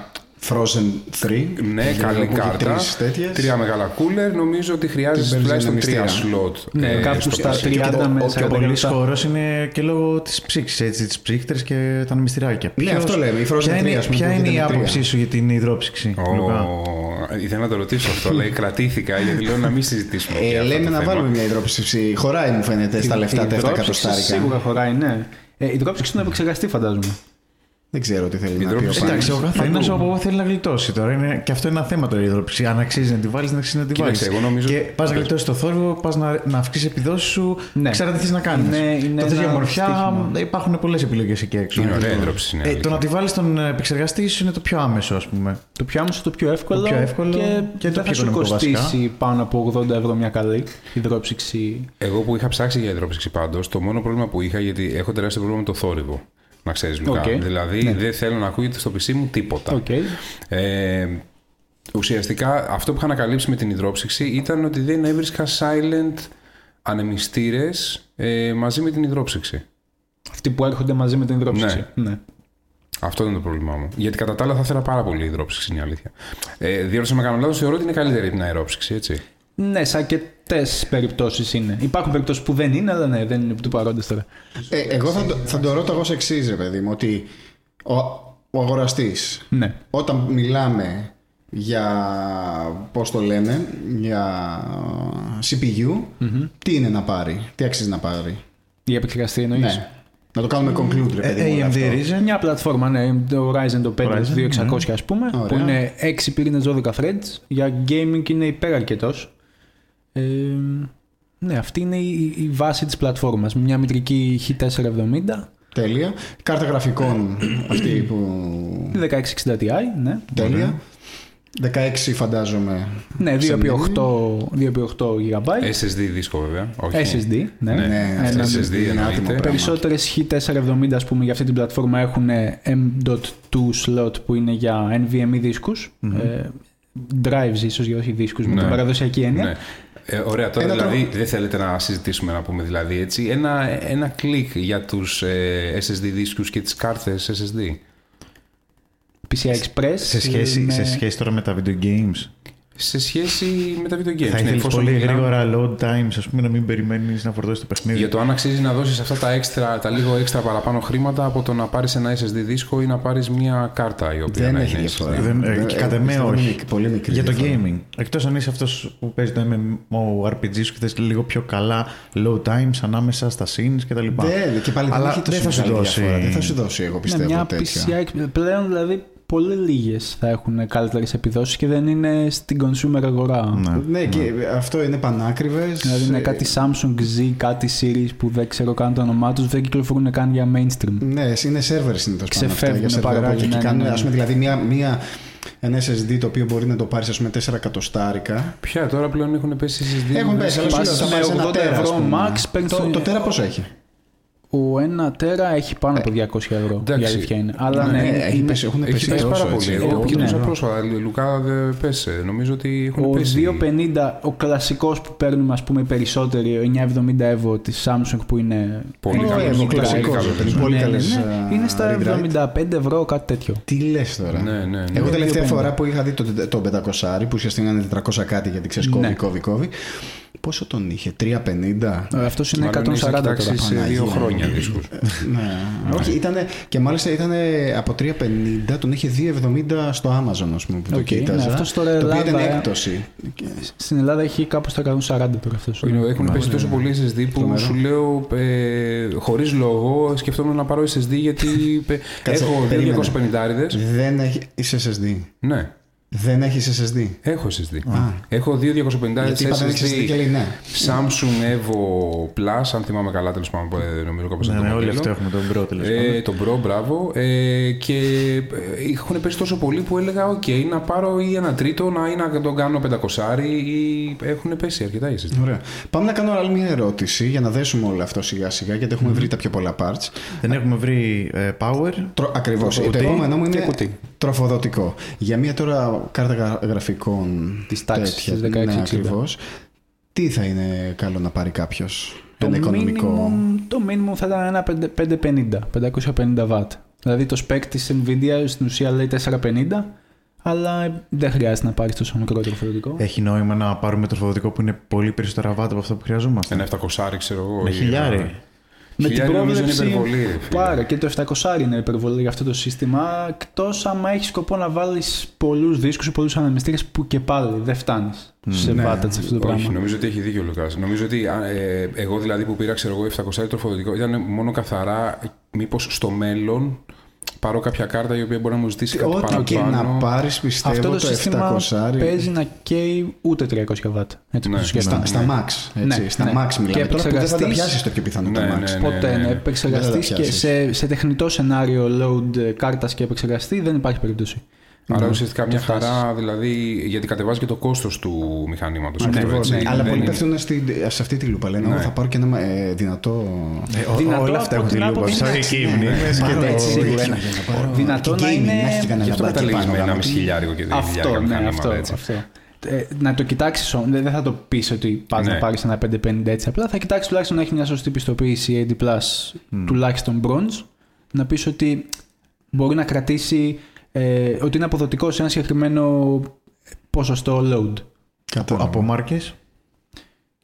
Frozen 3.
ναι,
δηλαδή
καλή κάρτα,
τέτοιες.
τρία μεγάλα κούλερ, νομίζω ότι χρειάζεσαι
παίρνεις
τουλάχιστον
δυναμιστήρα.
τρία σλότ. Ε,
Ναι, κάπου
στο
στα
PC.
30 με
ο- ο-
40
ο-
Πολλή
λεπτά.
χώρο είναι και λόγω της ψήξη, έτσι, της ψύχτρες και τα μυστηράκια.
Ναι, αυτό λέμε, η Frozen
Ποια
τρία,
είναι,
ας πούμε,
ποια
που
είναι η
βγήκε με
άποψή
τρία.
σου για την υδρόψυξη,
Ω,
Λουκά.
Ήθελα να το ρωτήσω αυτό, αλλά κρατήθηκα γιατί λέω να μην συζητήσουμε. για
Ε,
αυτό
λέμε
το
να
θέμα.
βάλουμε μια υδρόψευση. Χωράει, μου φαίνεται, στα
Η-
λεφτά
η
τα 7
δρόψυξη
εκατοστάρικα.
Σίγουρα χωράει, ναι. Ε, η δρόψυξη του επεξεργαστή, φαντάζομαι.
Δεν ξέρω τι θέλει να πει ο
Υδρόψευση.
Πάνος.
Εντάξει, ο καθένα από εγώ θέλει να γλιτώσει τώρα. Είναι, και αυτό είναι ένα θέμα το υδρόψυξη. Αν αξίζει να τη βάλεις, δεν αξίζει να τη βάλει.
Κοίταξε, εγώ νομίζω-
Και πας να γλιτώσεις το θόρυβο, πας να, να αυξήσεις επιδόσεις σου.
Ναι.
Ξέρω τι θες να κάνεις.
Είναι- είναι
τα τέτοια
ένα
μορφιά
στοίχημα.
υπάρχουν πολλές επιλογές εκεί έξω.
Είναι ωραία έντροψη.
Ε, το να τη βάλεις στον επεξεργαστή σου είναι το πιο άμεσο, ας πούμε.
Το πιο άμεσο, το πιο εύκολο.
Το πιο εύκολο
και,
και το πιο
δεν θα σου
οικονομικό
κοστίσει
βασικά.
πάνω από 80 ευρώ μια καλή υδρόψυξη.
Εγώ που είχα ψάξει για υδρόψυξη πάντως, το μόνο πρόβλημα που είχα, γιατί έχω τεράστιο πρόβλημα με το θόρυβο. Να ξέρεις, Λουκά.
Οκ.
Δηλαδή,
Ναι.
δεν θέλω να ακούγεται στο PC μου τίποτα.
Οκ.
Ε, ουσιαστικά, αυτό που είχα ανακαλύψει με την υδρόψυξη ήταν ότι δεν έβρισκα silent ανεμιστήρες μαζί με την υδρόψυξη.
Αυτοί που έρχονται μαζί με την υδρόψυξη. Ναι.
Αυτό ήταν το πρόβλημά μου. Γιατί κατά τα άλλα θα ήθελα πάρα πολύ υδρόψυξη, είναι η αλήθεια. Ε, διότι με κάνω λάθος, θεωρώ ότι είναι καλύτερη την αερόψυξη, έτσι.
Ναι, σακετέ περιπτώσεις είναι. Υπάρχουν περιπτώσεις που δεν είναι, αλλά ναι, δεν είναι του παρόντε τώρα.
Ε, εγώ θα, το- θα το ρωτώ εγώ σε εξής, ρε παιδί μου, ότι ο, ο αγοραστής
Ναι.
όταν μιλάμε για, πώς το λένε, για CPU, τι είναι να πάρει, τι αξίζει να πάρει.
Η επεξεργαστή εννοείς.
Ναι. Να το κάνουμε conclude,
Ε,
ρε παιδί μου. όλο
AMD
αυτό.
Ryzen.
Μια πλατφόρμα, ναι, το Ryzen το 5
Ryzen,
2600 ας πούμε, που
Ωραία.
είναι 6 πυρήνες 12 threads, για gaming είναι υπεραρκετός. Ε, ναι, αυτή είναι η, η βάση της πλατφόρμας. Μια μητρική H470,
Τέλεια. Κάρτα γραφικών αυτή που...
1660 Ti, ναι.
Τέλεια. 16 φαντάζομαι.
Ναι,
σε
2x8, 2x8 GB.
SSD δίσκο, βέβαια. Ε, Όχι.
SSD, ναι.
Ναι,
Ναι,
Ένα-
SSD εννοείται. Ναι.
Περισσότερες H470 ας πούμε για αυτή την πλατφόρμα έχουν ε, M.2 slot που είναι για NVMe δισκους E ε, drives ίσως για όχι δίσκους με
Ναι.
την παραδοσιακή έννοια.
Ναι. Ε, ωραία, τώρα
Ένα
δηλαδή δεν θέλετε να συζητήσουμε να πούμε δηλαδή έτσι. Ένα, ένα κλικ για τους ε, SSD δίσκους και τις κάρτες SSD.
PCI Express. ε,
Σε σχέση,
με- Ναι,
σε σχέση τώρα με τα video games,
Σε σχέση με τα video games.
θα
ναι,
ήθελες
εφόσον
πολύ
μιλάμε
γρήγορα load times, ας πούμε, να μην περιμένεις να φορτώσει το παιχνίδι.
Για το αν αξίζει να δώσεις αυτά τα, έξτρα, τα λίγο έξτρα παραπάνω χρήματα από το να πάρεις ένα SSD δίσκο ή να πάρεις μια κάρτα η οποία
Δεν
να
έχει
είναι
διαφορά.
SSD.
Δεν,
Ε,
ε,
ε,
κατά με
πιστεύω
όχι.
είναι πολύ μικρή
Για το
διαφορά.
gaming. Εκτός αν είσαι αυτός που παίζει το MMORPG σου και θες λίγο πιο καλά low times ανάμεσα στα scenes κτλ.
Δεν, Ναι, και πάλι
Αλλά
δεν έχει
δεν
τόσο
θα σου
μεγάλη
δώσει.
διαφορά. Δεν θα σου δώσει, εγώ
Ναι,
πιστεύω
μια
τέτοια.
PCI Express. Πλέον δηλαδή πολύ λίγες θα έχουν καλύτερες επιδόσεις και δεν είναι στην consumer αγορά.
Ναι.
Ναι, και αυτό είναι πανάκριβες.
Δηλαδή είναι κάτι Samsung Z, κάτι series που δεν ξέρω καν το όνομά τους, δεν κυκλοφορούν καν για mainstream.
Ναι, είναι σερβερ συνήθω πάνω αυτά
Ξεφεύγουνε
για
πάρα
σερβεράκια
πολύ,
και
ναι,
κάνουν,
ναι, ναι.
ας πούμε, δηλαδή μια, μια, ένα SSD το οποίο μπορεί να το πάρεις ας πούμε 4 εκατοστάρικα.
Πια τώρα πλέον έχουν πέσει στις δύο.
Έχουν πέσει, αλλά σου λέω,
Ναι, Πας
θα πάρεις
με
ένα
80
τέρα. ας
ευρώ
πούμε.
max, παίρνεις
Το,
το-
το τέρα πόσο έχει.
Ο 1 τέρα έχει πάνω από 200 ευρώ. Η
εντάξει.
αλήθεια είναι. Αλλά ναι,
Ε, έχει
είναι-
πέσει- έχουν
Έχει
πέσει
πέσει
τόσο,
πάρα
έτσι.
πολύ. Εγώ
Ναι,
κοιτούσα
ναι.
πρόσφατα. Λου- Λουκά, δεν πέσε. Νομίζω ότι έχουν
Ο
πέσει.
250, ο κλασικός που παίρνουμε ας πούμε οι περισσότεροι, ο 970 ευρώ της Samsung που είναι...
Πολύ
είναι
καλός,
μικρά,
πολύ
μικρά,
καλός,
μικρά.
πολύ ε,
Ναι,
καλές,
ναι,
α,
Είναι στα
rewrite.
75 ευρώ κάτι τέτοιο.
Τι λες τώρα.
Ναι, ναι, ναι.
Εγώ τελευταία
250.
φορά που είχα δει το, το 500 που ουσιαστικά είναι 400 κάτι γιατί ξέρεις κόβει,
Ναι.
κόβει, κόβει. Πόσο τον είχε, 350.
Ε, Αυτός είναι 140
Μάλλον έχεις
τώρα.
κοιτάξει σε
Παναγία
δύο
μου.
χρόνια δίσκους.
ναι. Όχι, ήτανε, και μάλιστα ήταν από 3,50, τον είχε 2,70 στο Amazon, ας πούμε, που το
Οκ, ναι,
κοίταζα.
αυτός τώρα
το οποίο ήταν
Ελλάδα, ε.
έκπτωση.
Στην Ελλάδα έχει κάπου στα 140 τώρα αυτός.
Είναι- Έχουν πέσει τόσο πολύ SSD που σου λέω ε, χωρίς λόγο σκεφτόμουν να πάρω SSD γιατί ε,
Κάτσε,
έχω δύο
περίμενε.
250
Δεν έχει. Είσαι SSD.
Ναι,
Δεν έχεις SSD.
έχω SSD. Έχω δύο 250
Γιατί είπα δεν έχεις SSD και λέει ναι.
Samsung Evo Plus, αν θυμάμαι καλά, τέλος πάντων, ε, νομίζω κάπως
Ναι,
το
ναι, όλοι
μοντέλο.
αυτό έχουμε τον Pro τέλος πάντων.
Ε, τον Pro, μπράβο. Ε, και ε, είχαν πέσει τόσο πολύ που έλεγα: Οκ, να πάρω ή ένα τρίτο να, ή να τον κάνω 500 ή έχουν πέσει αρκετά ίσως.
Ωραία. Πάμε να κάνω άλλη μια ερώτηση για να δέσουμε όλο αυτό σιγά σιγά γιατί έχουμε βρει τα πιο πολλά parts.
Δεν έχουμε βρει ε, power.
Τρο... Ακριβώς. Το επόμενό μου είναι τροφοδοτικό. Για μια τώρα κάρτα γρα- γραφικών
Της τάξης,
τέτοια,
της 1660.
Ναι, ακριβώς. Τι θα είναι καλό να πάρει κάποιος. Ένα οικονομικό.
minimum- το minimum θα ήταν ένα 550, 550 watt. Δηλαδή το spec της Nvidia στην ουσία λέει 450, αλλά ε, δεν χρειάζεται να πάρεις τόσο μικρό τροφοδοτικό.
Έχει νόημα να πάρουμε τροφοδοτικό που είναι πολύ περισσότερα βάτα από αυτό που χρειαζόμαστε.
Ναι,
Ένα 700 ξέρω εγώ.
Με
ή-
χιλιάρι.
Με την
Χιλιάρι νομίζω είναι
πρόβλεψη.
υπερβολή, ρε φίλε.
Πάρα και το 700 είναι υπερβολή για αυτό το σύστημα. Εκτός άμα έχεις σκοπό να βάλεις πολλούς δίσκους ή πολλούς ανεμιστήρε που και πάλι δεν φτάνεις σε
ναι.
βάτα σε αυτό το
Όχι,
πράγμα.
νομίζω ότι έχει δίκιο ο Λουκάς. Νομίζω ότι α, ε, εγώ δηλαδή που πήρα, ξέρω εγώ, 700 τροφοδοτικό ήταν μόνο καθαρά μήπως στο μέλλον πάρω κάποια κάρτα η οποία μπορεί να μου ζητήσει κάτι
Ό,τι και να
παραπάνω.
πάρεις, πιστεύω
αυτό το,
το,
σύστημα
700
παίζει να καίει ούτε 300 βατ. Έτσι που
Ναι,
το σκέφτομαι.
στα max. Έτσι,
Ναι,
στα
ναι.
max μιλάμε.
Και
τώρα που δεν θα τα
επεξεργαστής-
πιάσεις το πιο πιθανό
Ναι,
τα max.
ναι, ναι.
Ποτέ, ναι. Επεξεργαστή
Δεν θα τα
και
πιάσεις.
σε, σε τεχνητό σενάριο load κάρτας και επεξεργαστή δεν υπάρχει περίπτωση.
Ναι.
Άρα ουσιαστικά μια χαρά, δηλαδή, γιατί κατεβάζει και το κόστος του μηχανήματο.
Ακριβώς, ναι. Αλλά
δεν
πολλοί
είναι-
πέφτουν στην- σε αυτή τη λούπα. Λένε, εγώ θα πάρω και ένα ε, δυνατό
Ε, ό-
Δυνατό
όλα
από
αυτά έχουν τη
την
λούπα.
άποψη-
Σαν
Ναι,
εκεί
ναι,
μνήμες και
Πάρω
το
έτσι,
σίγουρα
έτσι,
ένα.
να πάρω
Δυνατό
ναι. και
να
gaming,
είναι-
έχεις κανένα
Γι' αυτό
λαμπάκι
καταλήγει
πάνω
με ένα
γάμο.
μισή χιλιάρικο και δύο
Αυτό,
χιλιάρικο
ναι,
μηχανήμα.
αυτό.
έτσι.
αυτό. Ε, να το κοιτάξεις, δεν θα το πεις ότι πας
Ναι.
να πάρεις ένα 550 έτσι. Απλά θα κοιτάξεις τουλάχιστον να έχει μια σωστή πιστοποίηση AD,
Ναι.
τουλάχιστον bronze. Να πεις ότι μπορεί να κρατήσει, ε, ότι είναι αποδοτικό σε ένα συγκεκριμένο ποσοστό load.
Από, από μάρκες.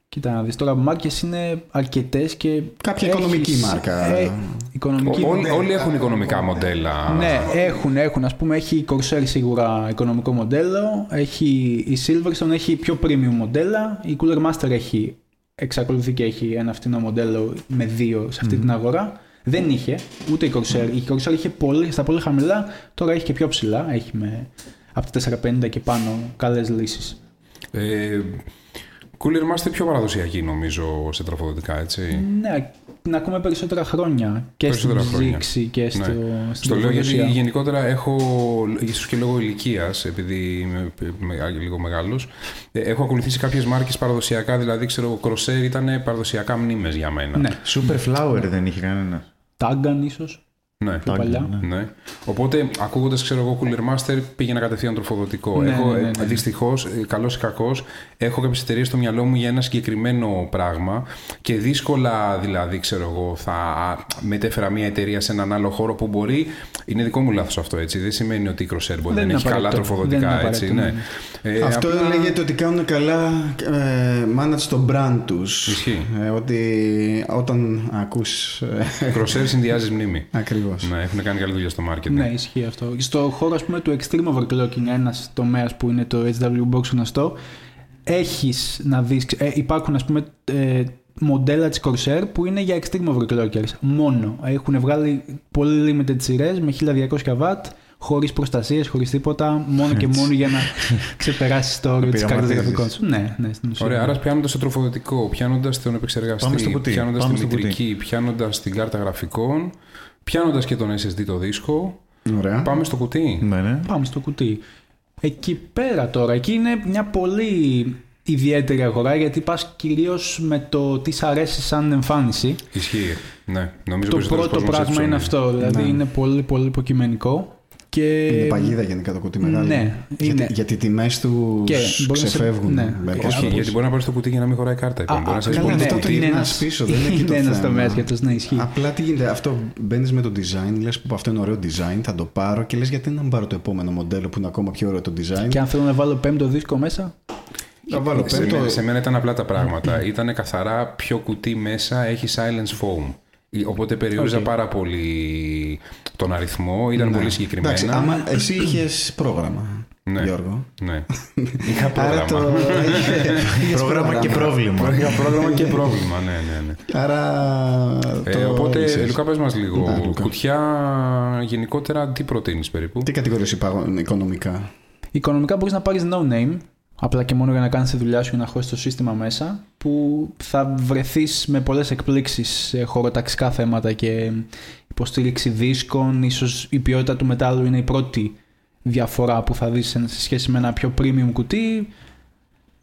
Κοίτα να δεις, τώρα μάρκες είναι αρκετές και... ε,
Κάποια οικονομική μάρκα.
οικονομική
Όλοι, όλοι έχουν οικονομικά μοντέλα.
Ναι, έχουν, έχουν. Ας πούμε, έχει η Corsair σίγουρα οικονομικό μοντέλο, έχει η Silverstone έχει πιο premium μοντέλα, η Cooler Master έχει, εξακολουθεί και έχει ένα φτηνό μοντέλο με δύο σε αυτή την αγορά. Δεν είχε, ούτε η Corsair. Η Corsair είχε πολύ, στα πολύ χαμηλά, τώρα έχει και πιο ψηλά, έχει με από τα 450 και πάνω καλές λύσεις.
Ε, Cooler είμαστε πιο παραδοσιακοί νομίζω σε τροφοδοτικά, έτσι.
Ναι, να ακούμε περισσότερα χρόνια και
Περισσότερα
στην
χρόνια.
ψήξη και στο,
Ναι.
στην
Στο λέω γιατί
τροφοδοσία.
γενικότερα έχω, ίσως και λόγω ηλικίας, επειδή είμαι με- λίγο μεγάλος, έχω ακολουθήσει κάποιες μάρκες παραδοσιακά. Δηλαδή, ξέρω, Κροσέρ ήταν παραδοσιακά μνήμες για μένα.
Ναι.
Super Flower δεν είχε κανένας.
Τάγκαν ίσως,
Ναι.
πιο παλιά.
Ναι. Οπότε, ακούγοντας, ξέρω εγώ, Cooler Master πήγαινα κατευθείαν τροφοδοτικό.
Ναι,
έχω, ε,
ναι, ναι, ναι.
δυστυχώ, καλός ή κακός, έχω κάποιες εταιρείες στο μυαλό μου για ένα συγκεκριμένο πράγμα και δύσκολα δηλαδή, ξέρω εγώ, θα μετέφερα μια εταιρεία σε έναν άλλο χώρο που μπορεί. Είναι δικό μου λάθος αυτό, έτσι. Δεν σημαίνει ότι η Crosser μπορεί
είναι
δεν έχει καλά
απαραίτητο. Δεν
τροφοδοτικά,
είναι
έτσι. Ναι.
απαραίτητο,
Ε,
Αυτό
απλά-
λέγεται ότι κάνουν καλά ε, manage το brand τους.
Ισχύει.
Ε, ότι όταν ακούς... Ε, [laughs]
Crosser συνδυάζεις μνήμη.
Ακριβώς.
ναι, έχουν κάνει καλή δουλειά στο marketing.
Ναι, ισχύει αυτό. Στο χώρο ας πούμε, του extreme overclocking, ένας τομέας που είναι το HW Box γνωστό, έχεις να δεις. Ε, υπάρχουν ας πούμε, ε, μοντέλα της Corsair που είναι για extreme overclockers μόνο. Έχουν βγάλει πολύ limited σειρές με 1200 watt χωρίς προστασίες, χωρίς τίποτα, μόνο και μόνο για να ξεπεράσεις το όριο της κάρτα
πειραματίζεις.
γραφικών σου. Ναι, ναι, στην ουσία.
Ωραία, άρα πιάνοντα το τροφοδοτικό, πιάνοντας τον
Πάμε στο
επεξεργαστή,
κουτί,
πιάνοντας
πάμε
τη
στο κουτί.
μητρική, πιάνοντας την κάρτα γραφικών, πιάνοντας και τον SSD το δίσκο.
Ωραία.
Πάμε στο κουτί.
Ναι, ναι.
Πάμε στο κουτί. Εκεί πέρα τώρα, εκεί είναι μια πολύ ιδιαίτερη αγορά γιατί πας κυρίως με το τι σ' αρέσει σαν εμφάνιση.
Ισχύει. Ναι, νομίζω
το
περισσότερος
πρώτο
κόσμος έτσι
πράγμα είναι
ψώνει.
αυτό. Δηλαδή είναι πολύ πολύ υποκειμενικό. Και...
Ναι. Είναι παγίδα γενικά το κουτί μεγάλο.
Ε, ναι,
γιατί,
είναι.
γιατί οι τιμές του
Και μπορεί να σε-
ξεφεύγουν.
ναι.
μερικές
Όχι,
φορές.
γιατί μπορεί να πάρεις το κουτί για να μην χωράει κάρτα.
Α,
Λοιπόν. Μπορεί να
α,
σε
καλά,
εισβολεί
ναι,
το ότι
[laughs] είναι
γυρνάς
ένας-
πίσω, δεν είναι εκεί το
ένας
θέμα.
τομέας για τους να ισχύει.
Απλά τι γίνεται, αυτό μπαίνεις με το design, λες που αυτό είναι ωραίο design, θα το πάρω και λες γιατί να μην πάρω το επόμενο μοντέλο που είναι ακόμα πιο ωραίο το design.
Και αν θέλω να βάλω πέμπτο δίσκο μέσα,
Θα βάλω
Σε,
πέμπτο.
μέ- σε μένα ήταν απλά τα πράγματα. ήταν καθαρά πιο κουτί μέσα, έχει silence foam. Ε, Οπότε περιόριζα πάρα πολύ τον αριθμό, ήταν
Ναι.
πολύ συγκεκριμένα.
Εντάξει, άμα εσύ
[clears throat]
είχες πρόγραμμα,
Ναι.
Γιώργο.
Ναι. Είχα
Άρα
πρόγραμμα.
το.
[laughs]
[laughs] είχες
Πρόγραμμα και πρόβλημα.
Είχα πρόγραμμα και πρόβλημα, ναι, ναι, ναι.
Άρα.
Ε, οπότε, Λουκά, πες μας λίγο.
Ναι, Λουκά.
Κουτιά, γενικότερα, τι προτείνεις περίπου.
Τι κατηγορίες υπάρχουν οικονομικά.
οικονομικά μπορείς να πάρεις no name απλά και μόνο για να κάνεις τη δουλειά σου και να χώσεις το σύστημα μέσα που θα βρεθείς με πολλές εκπλήξεις σε χωροταξικά θέματα και υποστήριξη δίσκων ίσως η ποιότητα του μετάλλου είναι η πρώτη διαφορά που θα δεις σε σε σχέση με ένα πιο premium κουτί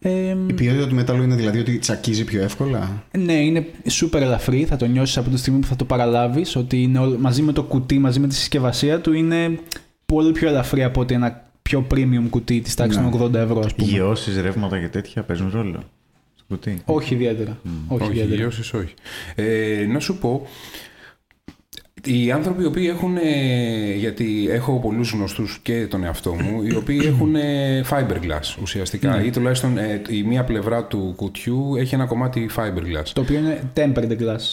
Ε,
Η ποιότητα του μετάλλου είναι δηλαδή ότι τσακίζει πιο εύκολα.
ναι, είναι σούπερ ελαφρύ. Θα το νιώσεις από τη στιγμή που θα το παραλάβεις ότι είναι όλο- μαζί με το κουτί, μαζί με τη συσκευασία του είναι πολύ πιο ελαφρύ από ότι ένα πιο premium κουτί της τάξης των 80 ευρώ, ας πούμε.
Γεώσει, ρεύματα και τέτοια παίζουν ρόλο. Στο κουτί.
Όχι ιδιαίτερα. Όχι,
όχι,
ιδιαίτερα.
γλώσσες όχι. Ε, να σου πω, οι άνθρωποι οι οποίοι έχουν, ε, γιατί έχω πολλούς γνωστούς και τον εαυτό μου, οι
[coughs]
οποίοι έχουν ε, fiberglass ουσιαστικά
Ναι.
ή τουλάχιστον ε, η μία πλευρά του κουτιού έχει ένα κομμάτι fiberglass.
Το οποίο είναι tempered glass.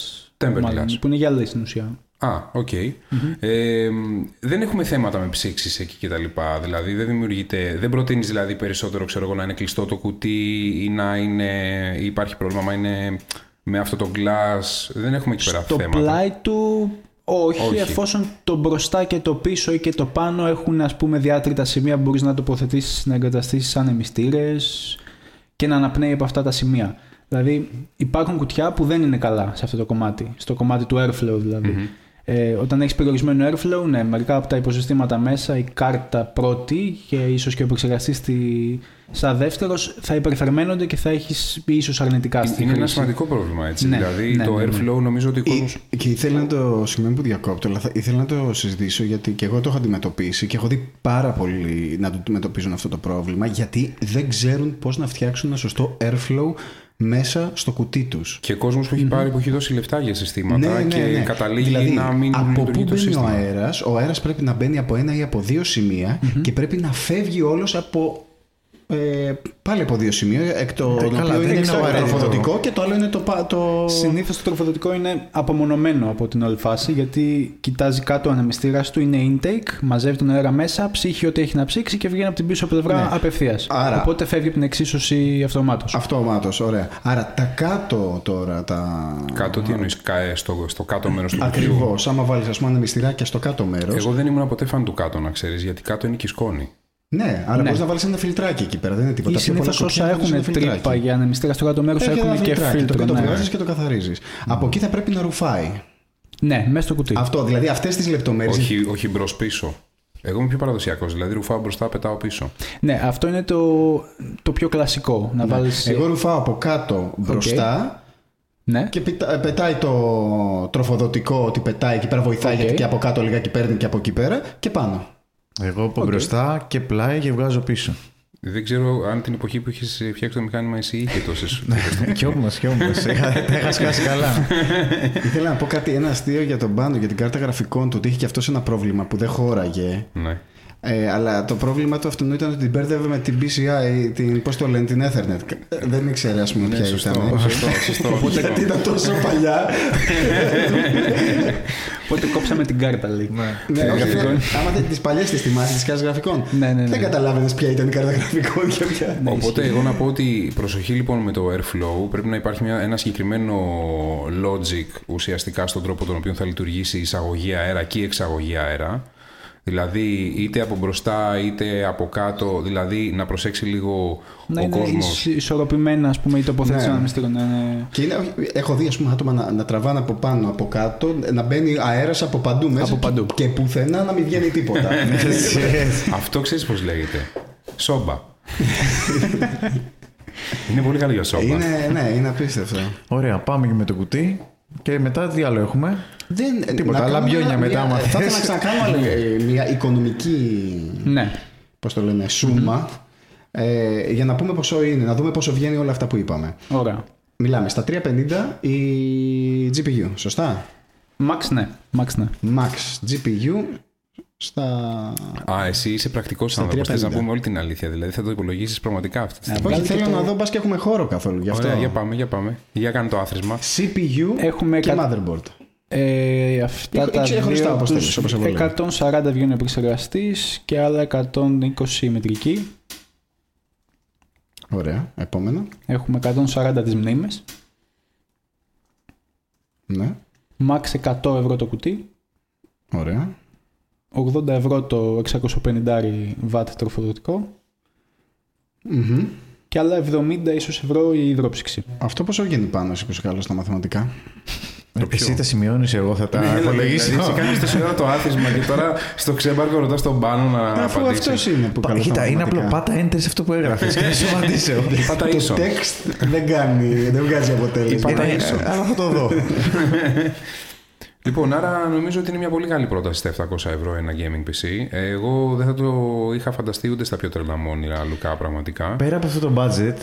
Tempered glass.
Που είναι γυαλί στην ουσία.
Α, οκ.
Mm-hmm.
Ε, μ, δεν έχουμε θέματα με ψήξεις εκεί και τα λοιπά. Δηλαδή δεν δημιουργείται, δεν προτείνεις δηλαδή περισσότερο ξέρω εγώ να είναι κλειστό το κουτί ή να είναι, ή υπάρχει πρόβλημα μα είναι με αυτό το glass. Δεν έχουμε εκεί πέρα
Το
θέματα.
πλάι του όχι,
Όχι.
εφόσον το μπροστά και το πίσω ή και το πάνω έχουν ας πούμε διάτρητα σημεία που μπορείς να τοποθετήσεις, να εγκαταστήσεις σαν εμιστήρες και να αναπνέει από αυτά τα σημεία. Δηλαδή υπάρχουν κουτιά που δεν είναι καλά σε αυτό το κομμάτι, στο κομμάτι του airflow δηλαδη Ε, όταν έχεις περιορισμένο airflow, ναι, μερικά από τα υποσυστήματα μέσα, η κάρτα πρώτη και ίσως και ο επεξεργαστής στη... σαν δεύτερος θα υπερφερμένονται και θα έχεις ίσως αρνητικά
Είναι-
στη
Είναι ένα
χρήση.
σημαντικό πρόβλημα έτσι.
Ναι,
δηλαδή
ναι,
το
ναι, ναι.
airflow νομίζω ότι ο κόσμο.
Ή- Και ήθελα να το. Συγγνώμη που διακόπτω, αλλά θα- ήθελα να το συζητήσω γιατί και εγώ το έχω αντιμετωπίσει και έχω δει πάρα πολλοί να το αντιμετωπίζουν αυτό το πρόβλημα γιατί δεν ξέρουν πώς να φτιάξουν ένα σωστό airflow μέσα στο κουτί τους.
Και κόσμος που έχει πάρει, που έχει δώσει λεφτά για συστήματα
Ναι,
και καταλήγει
Δηλαδή,
να μην
από πού
λειτουργεί το
μπαίνει ο
σύστημα.
αέρας, ο αέρας πρέπει να μπαίνει από ένα ή από δύο σημεία και πρέπει να φεύγει όλος από. Ε, πάλι από δύο σημεία. Εκ
Ε,
το
Ναι,
το
καλά,
οποίο
δεν
είναι
είναι
το
απαραίτητο.
τροφοδοτικό και το άλλο είναι το. πα- το...
Συνήθως το τροφοδοτικό είναι απομονωμένο από την όλη φάση γιατί κοιτάζει κάτω ο ανεμιστήρα του, είναι intake, μαζεύει τον αέρα μέσα, ψύχει ό,τι έχει να ψήξει και βγαίνει από την πίσω πλευρά
Ναι.
απευθείας.
Άρα-
απευθεία. Οπότε φεύγει από την εξίσωση αυτομάτως.
Αυτομάτως, ωραία. Άρα τα κάτω τώρα τα.
Κάτω, τι εννοείς, στο, στο κάτω μέρος του κουτιού.
Ακριβώς. Άμα βάλεις, ας πούμε, ένα μυστηράκια στο κάτω μέρος.
Εγώ δεν ήμουν ποτέ φαν του κάτω, να ξέρεις, γιατί κάτω είναι και η σκόνη.
Ναι, άρα
Ναι.
μπορείς να βάλεις ένα φιλτράκι εκεί πέρα. Δεν είναι τίποτα.
Ή
Τα πιο πολλά
συνήθω
κουτιά
όσα
βάζουν ένα
έχουν
φιλτράκι.
τρύπα για ανεμιστήρα στο κάτω μέρος
Έχει ένα
έχουν και
φιλτράκι, Το
φίλτρο.
οποίο το
ναι.
βγάζεις και το καθαρίζεις. Από εκεί θα πρέπει να ρουφάει.
ναι, μέσα στο κουτί.
Αυτό, δηλαδή αυτές τις λεπτομέρειες.
Όχι, όχι μπρος πίσω. Εγώ είμαι πιο παραδοσιακός, δηλαδή ρουφάω μπροστά, πετάω πίσω.
Ναι, αυτό είναι το, το πιο κλασικό. Να βάλεις...
Ναι. Εγώ ρουφάω από κάτω μπροστά
Ναι.
και πετά- ε, πετάει το τροφοδοτικό ότι πετάει εκεί πέρα, βοηθάει
Οκ.
γιατί και από κάτω λιγάκι παίρνει και από εκεί πέρα και πάνω.
Εγώ από μπροστά και πλάι και βγάζω πίσω. [laughs]
Δεν ξέρω αν την εποχή που είχες φτιάξει το μηχάνημα εσύ είχε τόσες.
Ναι.
Χιόμο, χιόμο. [laughs] Τα είχα σκάσει καλά.
Ήθελα να πω κάτι, ένα αστείο για τον Πάντο, για την κάρτα γραφικών του, ότι είχε και αυτός ένα πρόβλημα που δεν χώραγε.
ναι.
Ε, αλλά το πρόβλημα του αυτού ήταν ότι την μπέρδευε με την PCI, την, πώς το λένε, την Ethernet. Δεν ήξερε, ας πούμε,
Ναι,
ποια
σωστό,
ήταν.
σωστό, σωστό, σωστό.
Γιατί ήταν τόσο παλιά.
Οπότε κόψαμε την κάρτα λέει.
ναι, όχι, ναι. Άμα δεν τις παλιές τις θυμάσαι, τις κάρτες γραφικών.
Ναι, ναι, ναι.
Δεν καταλάβαινες ποια ήταν η κάρτα γραφικών και ποια.
Οπότε εγώ να πω ότι προσοχή λοιπόν με το airflow πρέπει να υπάρχει μια, ένα συγκεκριμένο logic ουσιαστικά στον τρόπο τον οποίο θα λειτουργήσει η εισαγωγή αέρα και η εξαγωγή αέρα. Δηλαδή, είτε από μπροστά είτε από κάτω, δηλαδή να προσέξει λίγο
Να
ο
είναι
κόσμος.
ισ- ισορροπημένα, ας πούμε, η τοποθέτηση
Ναι.
των μυστικών. Ναι, ναι.
Και είναι, όχι, έχω δει ας πούμε, άτομα να, να τραβάνε από πάνω, από κάτω, να μπαίνει αέρας από παντού μέσα
Από παντού.
και πουθενά να μην βγαίνει
[laughs]
τίποτα.
Αυτό ξέρεις πώς λέγεται. Σόμπα. είναι πολύ καλό για σόμπα.
είναι, ναι, είναι απίστευτο.
Ωραία, πάμε και με το κουτί. Και μετά τι άλλο έχουμε.
Δεν,
Τίποτα,
να
άλλα
κάνουμε
μπιόνια
μια-
μετά, άμα
Θα ήθελα
θες.
να ξανακάνω αλλά, ε, μια οικονομική
ναι.
πώς το λένε, σούμα, ε, για να πούμε πόσο είναι, να δούμε πόσο βγαίνει όλα αυτά που είπαμε.
Ωραία.
Μιλάμε στα 350 η GPU, σωστά.
Max, ναι. Max, ναι.
Max GPU στα...
Α, εσύ είσαι πρακτικός άνθρωπος. Θες να
350.
πούμε όλη την αλήθεια. Δηλαδή, θα το υπολογίσεις πραγματικά αυτή τη στιγμή.
Όχι, θέλω να δω μπας και έχουμε χώρο καθόλου
Ε,
γι' αυτό.
Ωραία, για πάμε, για πάμε. Για κάνε το άθροισμα.
CPU
Έχουμε
και
κα-
motherboard.
Ε, αυτά
Έχω-
τα
ξέρω χωριστά,
δύο
όπως
τους
θέλεις, όπως εγώ λέω.
140 βγαίνουν επεξεργαστής και άλλα 120 η μετρική.
Ωραία, επόμενο.
Έχουμε 140 τις μνήμες.
Ναι,
Max 100 ευρώ το κουτί.
ωραία.
80 ευρώ το 650 watt τροφοδοτικό.
Μμμ.
Και άλλα 70 ίσως ευρώ η υδρόψυξη.
Αυτό πόσο βγαίνει πάνω, σήκωσε καλό στα μαθηματικά.
Εσύ τα σημειώνεις, εγώ θα τα υπολογίσω.
σε κάνεις Δηλαδή, τόση ώρα το άθροισμα και τώρα στο ξέμπαρκο ρωτάς τον πάνω να
Αφού
απαντήσει.
αυτός είναι που
Πα-
καλό
Κοίτα,
στα
είναι
μαθηματικά.
απλό. Πάτα enter σε αυτό που έγραφες. Και σου απαντήσω.
Πάτα
Το
ίσο.
text δεν κάνει, δεν βγάζει αποτέλεσμα.
Πάτα
Είναι-
enter. Αλλά θα το δω.
Λοιπόν, άρα νομίζω ότι είναι μια πολύ καλή πρόταση στα 700 ευρώ ένα gaming PC. Εγώ δεν θα το είχα φανταστεί ούτε στα πιο τρελά μόνιρα λουκά πραγματικά.
Πέρα από αυτό το budget,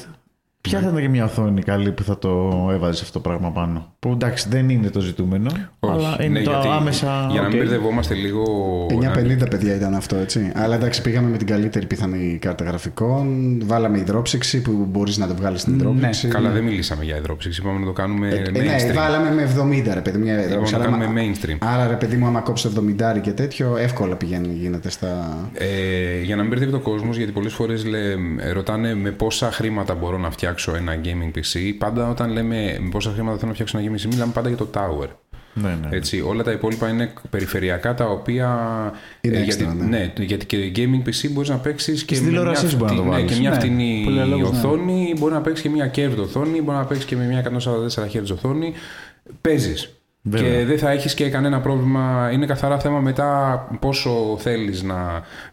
ποια θα ήταν και μια οθόνη καλή που θα το έβαζες αυτό το πράγμα πάνω. Που εντάξει, δεν είναι το ζητούμενο. αλλά είναι
ναι,
το
γιατί-
άμεσα.
Για να μην
οκ.
μπερδευόμαστε λίγο.
950 παιδιά ήταν αυτό, έτσι. Αλλά εντάξει, πήγαμε με την καλύτερη πιθανή κάρτα γραφικών. Βάλαμε υδρόψυξη που μπορείς να το βγάλεις στην υδρόψυξη.
Καλά, δεν μιλήσαμε για υδρόψυξη. Είπαμε να το κάνουμε
Ναι. Ε, ναι,
mainstream.
βάλαμε με 70 ρε παιδί μου. μια
Λοιπόν,
υδρόψυξη.
να
Άρα,
κάνουμε
άμα-
mainstream.
άρα ρε παιδί μου, άμα κόψει 70 και τέτοιο, εύκολα πηγαίνει, γίνεται στα.
Ε, για να μην μπερδεύει το κόσμος, γιατί πολλές φορές ρωτάνε με πόσα χρήματα μπορώ να φτιάξω ένα gaming PC. Πάντα όταν λέμε με πόσα χρήματα θέλω να φτιάξω ένα gaming PC, μιλάμε πάντα για το tower.
Ναι, ναι.
Έτσι, όλα τα υπόλοιπα είναι περιφερειακά τα οποία.
Είναι
ε, γιατί,
έξτρα, ναι.
ναι. γιατί και gaming PC μπορείς να παίξεις και,
στην
με μια
τηλεόρασή σου μπορείς να το
φτη- ναι,
βάλεις.
και μια
Ναι,
φτηνή
πολυαλόγως, ναι.
οθόνη, μπορεί να παίξεις και μια curved οθόνη, μπορεί να παίξεις και με μια 144 Hz οθόνη. Παίζεις.
Βέβαια.
Και δεν θα έχεις και κανένα πρόβλημα. Είναι καθαρά θέμα μετά πόσο θέλεις να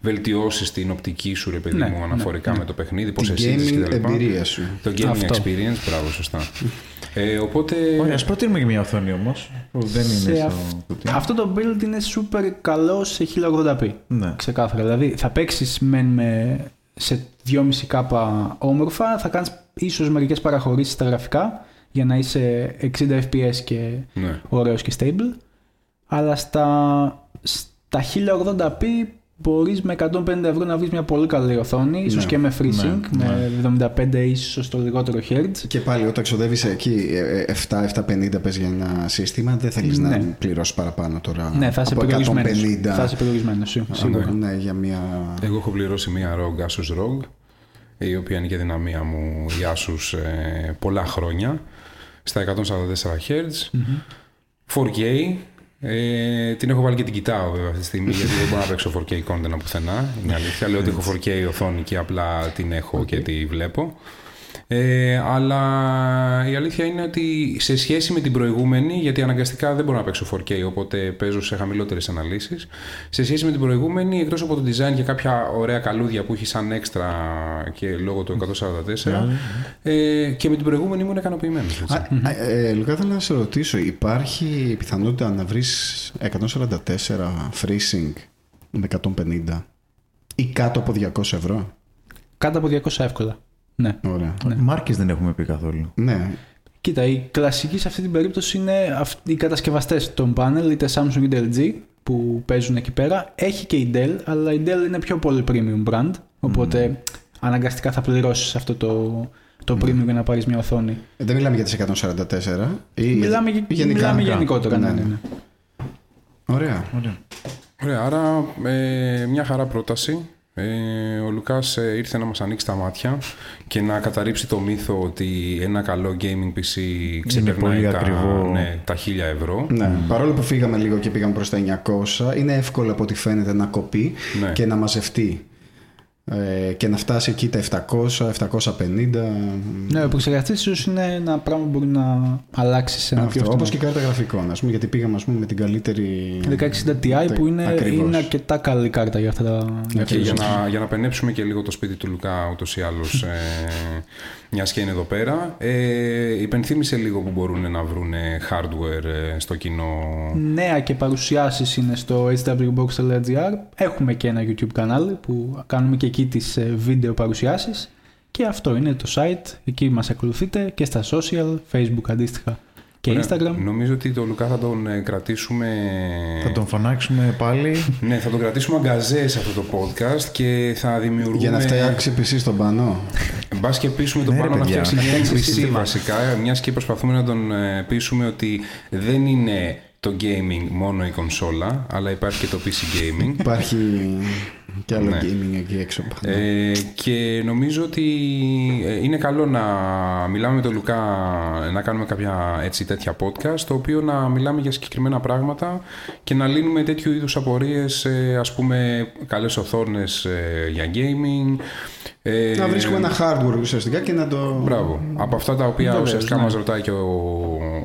βελτιώσεις την οπτική σου, ρε παιδί
Ναι,
μου, αναφορικά με το παιχνίδι, πώ
Την
εσύ
gaming
κτλ.
εμπειρία σου.
Το gaming
Αυτό.
experience, μπράβο, σωστά. Ε, οπότε.
Ωραία, ας προτείνουμε και μια οθόνη όμως. Δεν
Σε
είναι στο
αυ-
κουτί.
Αυτό το build είναι super καλό σε 1080p.
Ναι.
Ξεκάθαρα. Δηλαδή θα παίξεις μεν με σε 2,5K όμορφα, θα κάνεις ίσως μερικές παραχωρήσεις στα γραφικά για να είσαι 60 FPS και
Ναι.
ωραίος και stable. Αλλά στα, στα 1080p μπορείς με 150 ευρώ να βρεις μια πολύ καλή οθόνη, ίσω
Ναι.
και με FreeSync, με 75 ίσως το λιγότερο Hz.
Και πάλι όταν ξοδεύεις εκεί ε, ε, 7-750 πες για ένα σύστημα, δεν θέλεις
Ναι.
να πληρώσεις παραπάνω τώρα.
Ναι, θα είσαι
από
περιορισμένος.
150.
Θα είσαι περιορισμένος. Σίγουρα.
Ναι, για μια
Εγώ έχω πληρώσει μία ROG Asus ROG, η οποία είναι και δυναμία μου η Asus ε, πολλά χρόνια, στα 144 Hz, 4K, ε, την έχω βάλει και την κοιτάω βέβαια αυτή τη στιγμή γιατί δεν μπορώ να παίξω 4K content από πουθενά. Είναι αλήθεια. Λέω ότι έχω 4K οθόνη και απλά την έχω και τη βλέπω. Ε, αλλά η αλήθεια είναι ότι σε σχέση με την προηγούμενη, γιατί αναγκαστικά δεν μπορώ να παίξω 4K, οπότε παίζω σε χαμηλότερες αναλύσεις. Σε σχέση με την προηγούμενη, εκτός από το design και κάποια ωραία καλούδια που έχει σαν έξτρα και λόγω του 144, ε, και με την προηγούμενη ήμουν ικανοποιημένος.
Α, ε, ε, Λουκά, θέλω να σε ρωτήσω, υπάρχει πιθανότητα να βρεις 144 freezing με 150 ή κάτω από 200 ευρώ.
Κάτω από 200 εύκολα. Ναι.
Ωραία.
Μάρκες δεν έχουμε πει καθόλου.
Ναι.
Κοίτα, οι κλασικοί σε αυτή την περίπτωση είναι αυτ- οι κατασκευαστές των πάνελ, είτε Samsung είτε LG που παίζουν εκεί πέρα. Έχει και η Dell, αλλά η Dell είναι πιο πολύ premium brand. Οπότε αναγκαστικά θα πληρώσεις αυτό το, το premium για να πάρεις μια οθόνη.
Ε, Δεν μιλάμε για τις 144. Ή
μιλάμε
γενικά.
μιλάμε γενικότερα. Ναι, ναι, ναι.
Ωραία.
Ωραία, άρα ε, μια χαρά πρόταση. Ε, ο Λουκάς ε, ήρθε να μας ανοίξει τα μάτια και να καταρρύψει το μύθο ότι ένα καλό gaming PC ξεπερνάει
πολύ
τα,
ακριβό.
ναι, τα 1000 ευρώ.
Ναι. Παρόλο που φύγαμε λίγο και πήγαμε προς τα 900, είναι εύκολο από ό,τι φαίνεται να κοπεί
Ναι.
και να μαζευτεί ε, και να φτάσει εκεί τα 700, 750.
Ναι, ο επεξεργαστής ίσως είναι ένα πράγμα που μπορεί να αλλάξει σε ένα
Αυτό,
πιο
ναι.
αυτό.
όπως και η κάρτα γραφικών, ας πούμε, γιατί πήγαμε ας πούμε, με την καλύτερη...
1660 Ti που είναι,
Ναι. Ακριβώς. Ναι,
είναι αρκετά καλή κάρτα για αυτά τα.
Και για να, για να πενέψουμε και λίγο το σπίτι του Λουκά ούτως ή άλλως ε, μιας και είναι εδώ πέρα ε, υπενθύμησε λίγο που μπορούν να βρουν hardware ε, στο κοινό
Νέα και παρουσιάσεις είναι στο hwbox.gr. Έχουμε και ένα YouTube κανάλι που κάνουμε και εκεί τις βίντεο παρουσιάσεις. Και αυτό είναι το site. Εκεί μας ακολουθείτε και στα social, Facebook αντίστοιχα και
Ναι,
Ωραία.
Instagram.
Νομίζω ότι τον Λουκά θα τον ε, κρατήσουμε
Θα τον φωνάξουμε
[laughs]
πάλι.
Ναι, θα τον κρατήσουμε αγκαζές σε αυτό το podcast και θα δημιουργούμε.
Για να φτιάξει PC στον πανό.
Μπας και πείσουμε τον
Ναι, ρε,
Πάνο να
παιδιά.
φτιάξει μια
φτιάξει
PC
σύστημα.
βασικά, μιας και προσπαθούμε να τον ε, πείσουμε ότι δεν είναι το gaming μόνο η κονσόλα, αλλά υπάρχει και το PC gaming. [laughs]
Υπάρχει και άλλο gaming εκεί έξω.
Ναι.
Ναι.
Ε, και νομίζω ότι ε, είναι καλό να μιλάμε με τον Λουκά, να κάνουμε κάποια έτσι τέτοια podcast, το οποίο να μιλάμε για συγκεκριμένα πράγματα και να λύνουμε τέτοιου είδους απορίες, ε, ας πούμε καλές οθόνες ε, για gaming. ε,
να βρίσκουμε ένα hardware ουσιαστικά και να το...
Μπράβο. Από αυτά τα οποία ουσιαστικά
ναι.
μας ρωτάει και ο,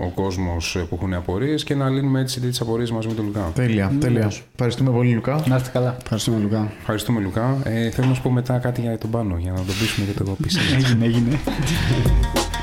ο κόσμος ε, που έχουν απορίες και να λύνουμε έτσι τις απορίες μας με τον Λουκά.
Τέλεια,
Ναι.
τέλεια. Ευχαριστούμε πολύ, Λουκά.
Να είστε καλά.
Ευχαριστούμε Λουκά.
Ευχαριστούμε Λουκά. Ε, θέλω να σου πω μετά κάτι για τον Πάνο, για να τον πείσουμε για το PC.
Έγινε, έγινε.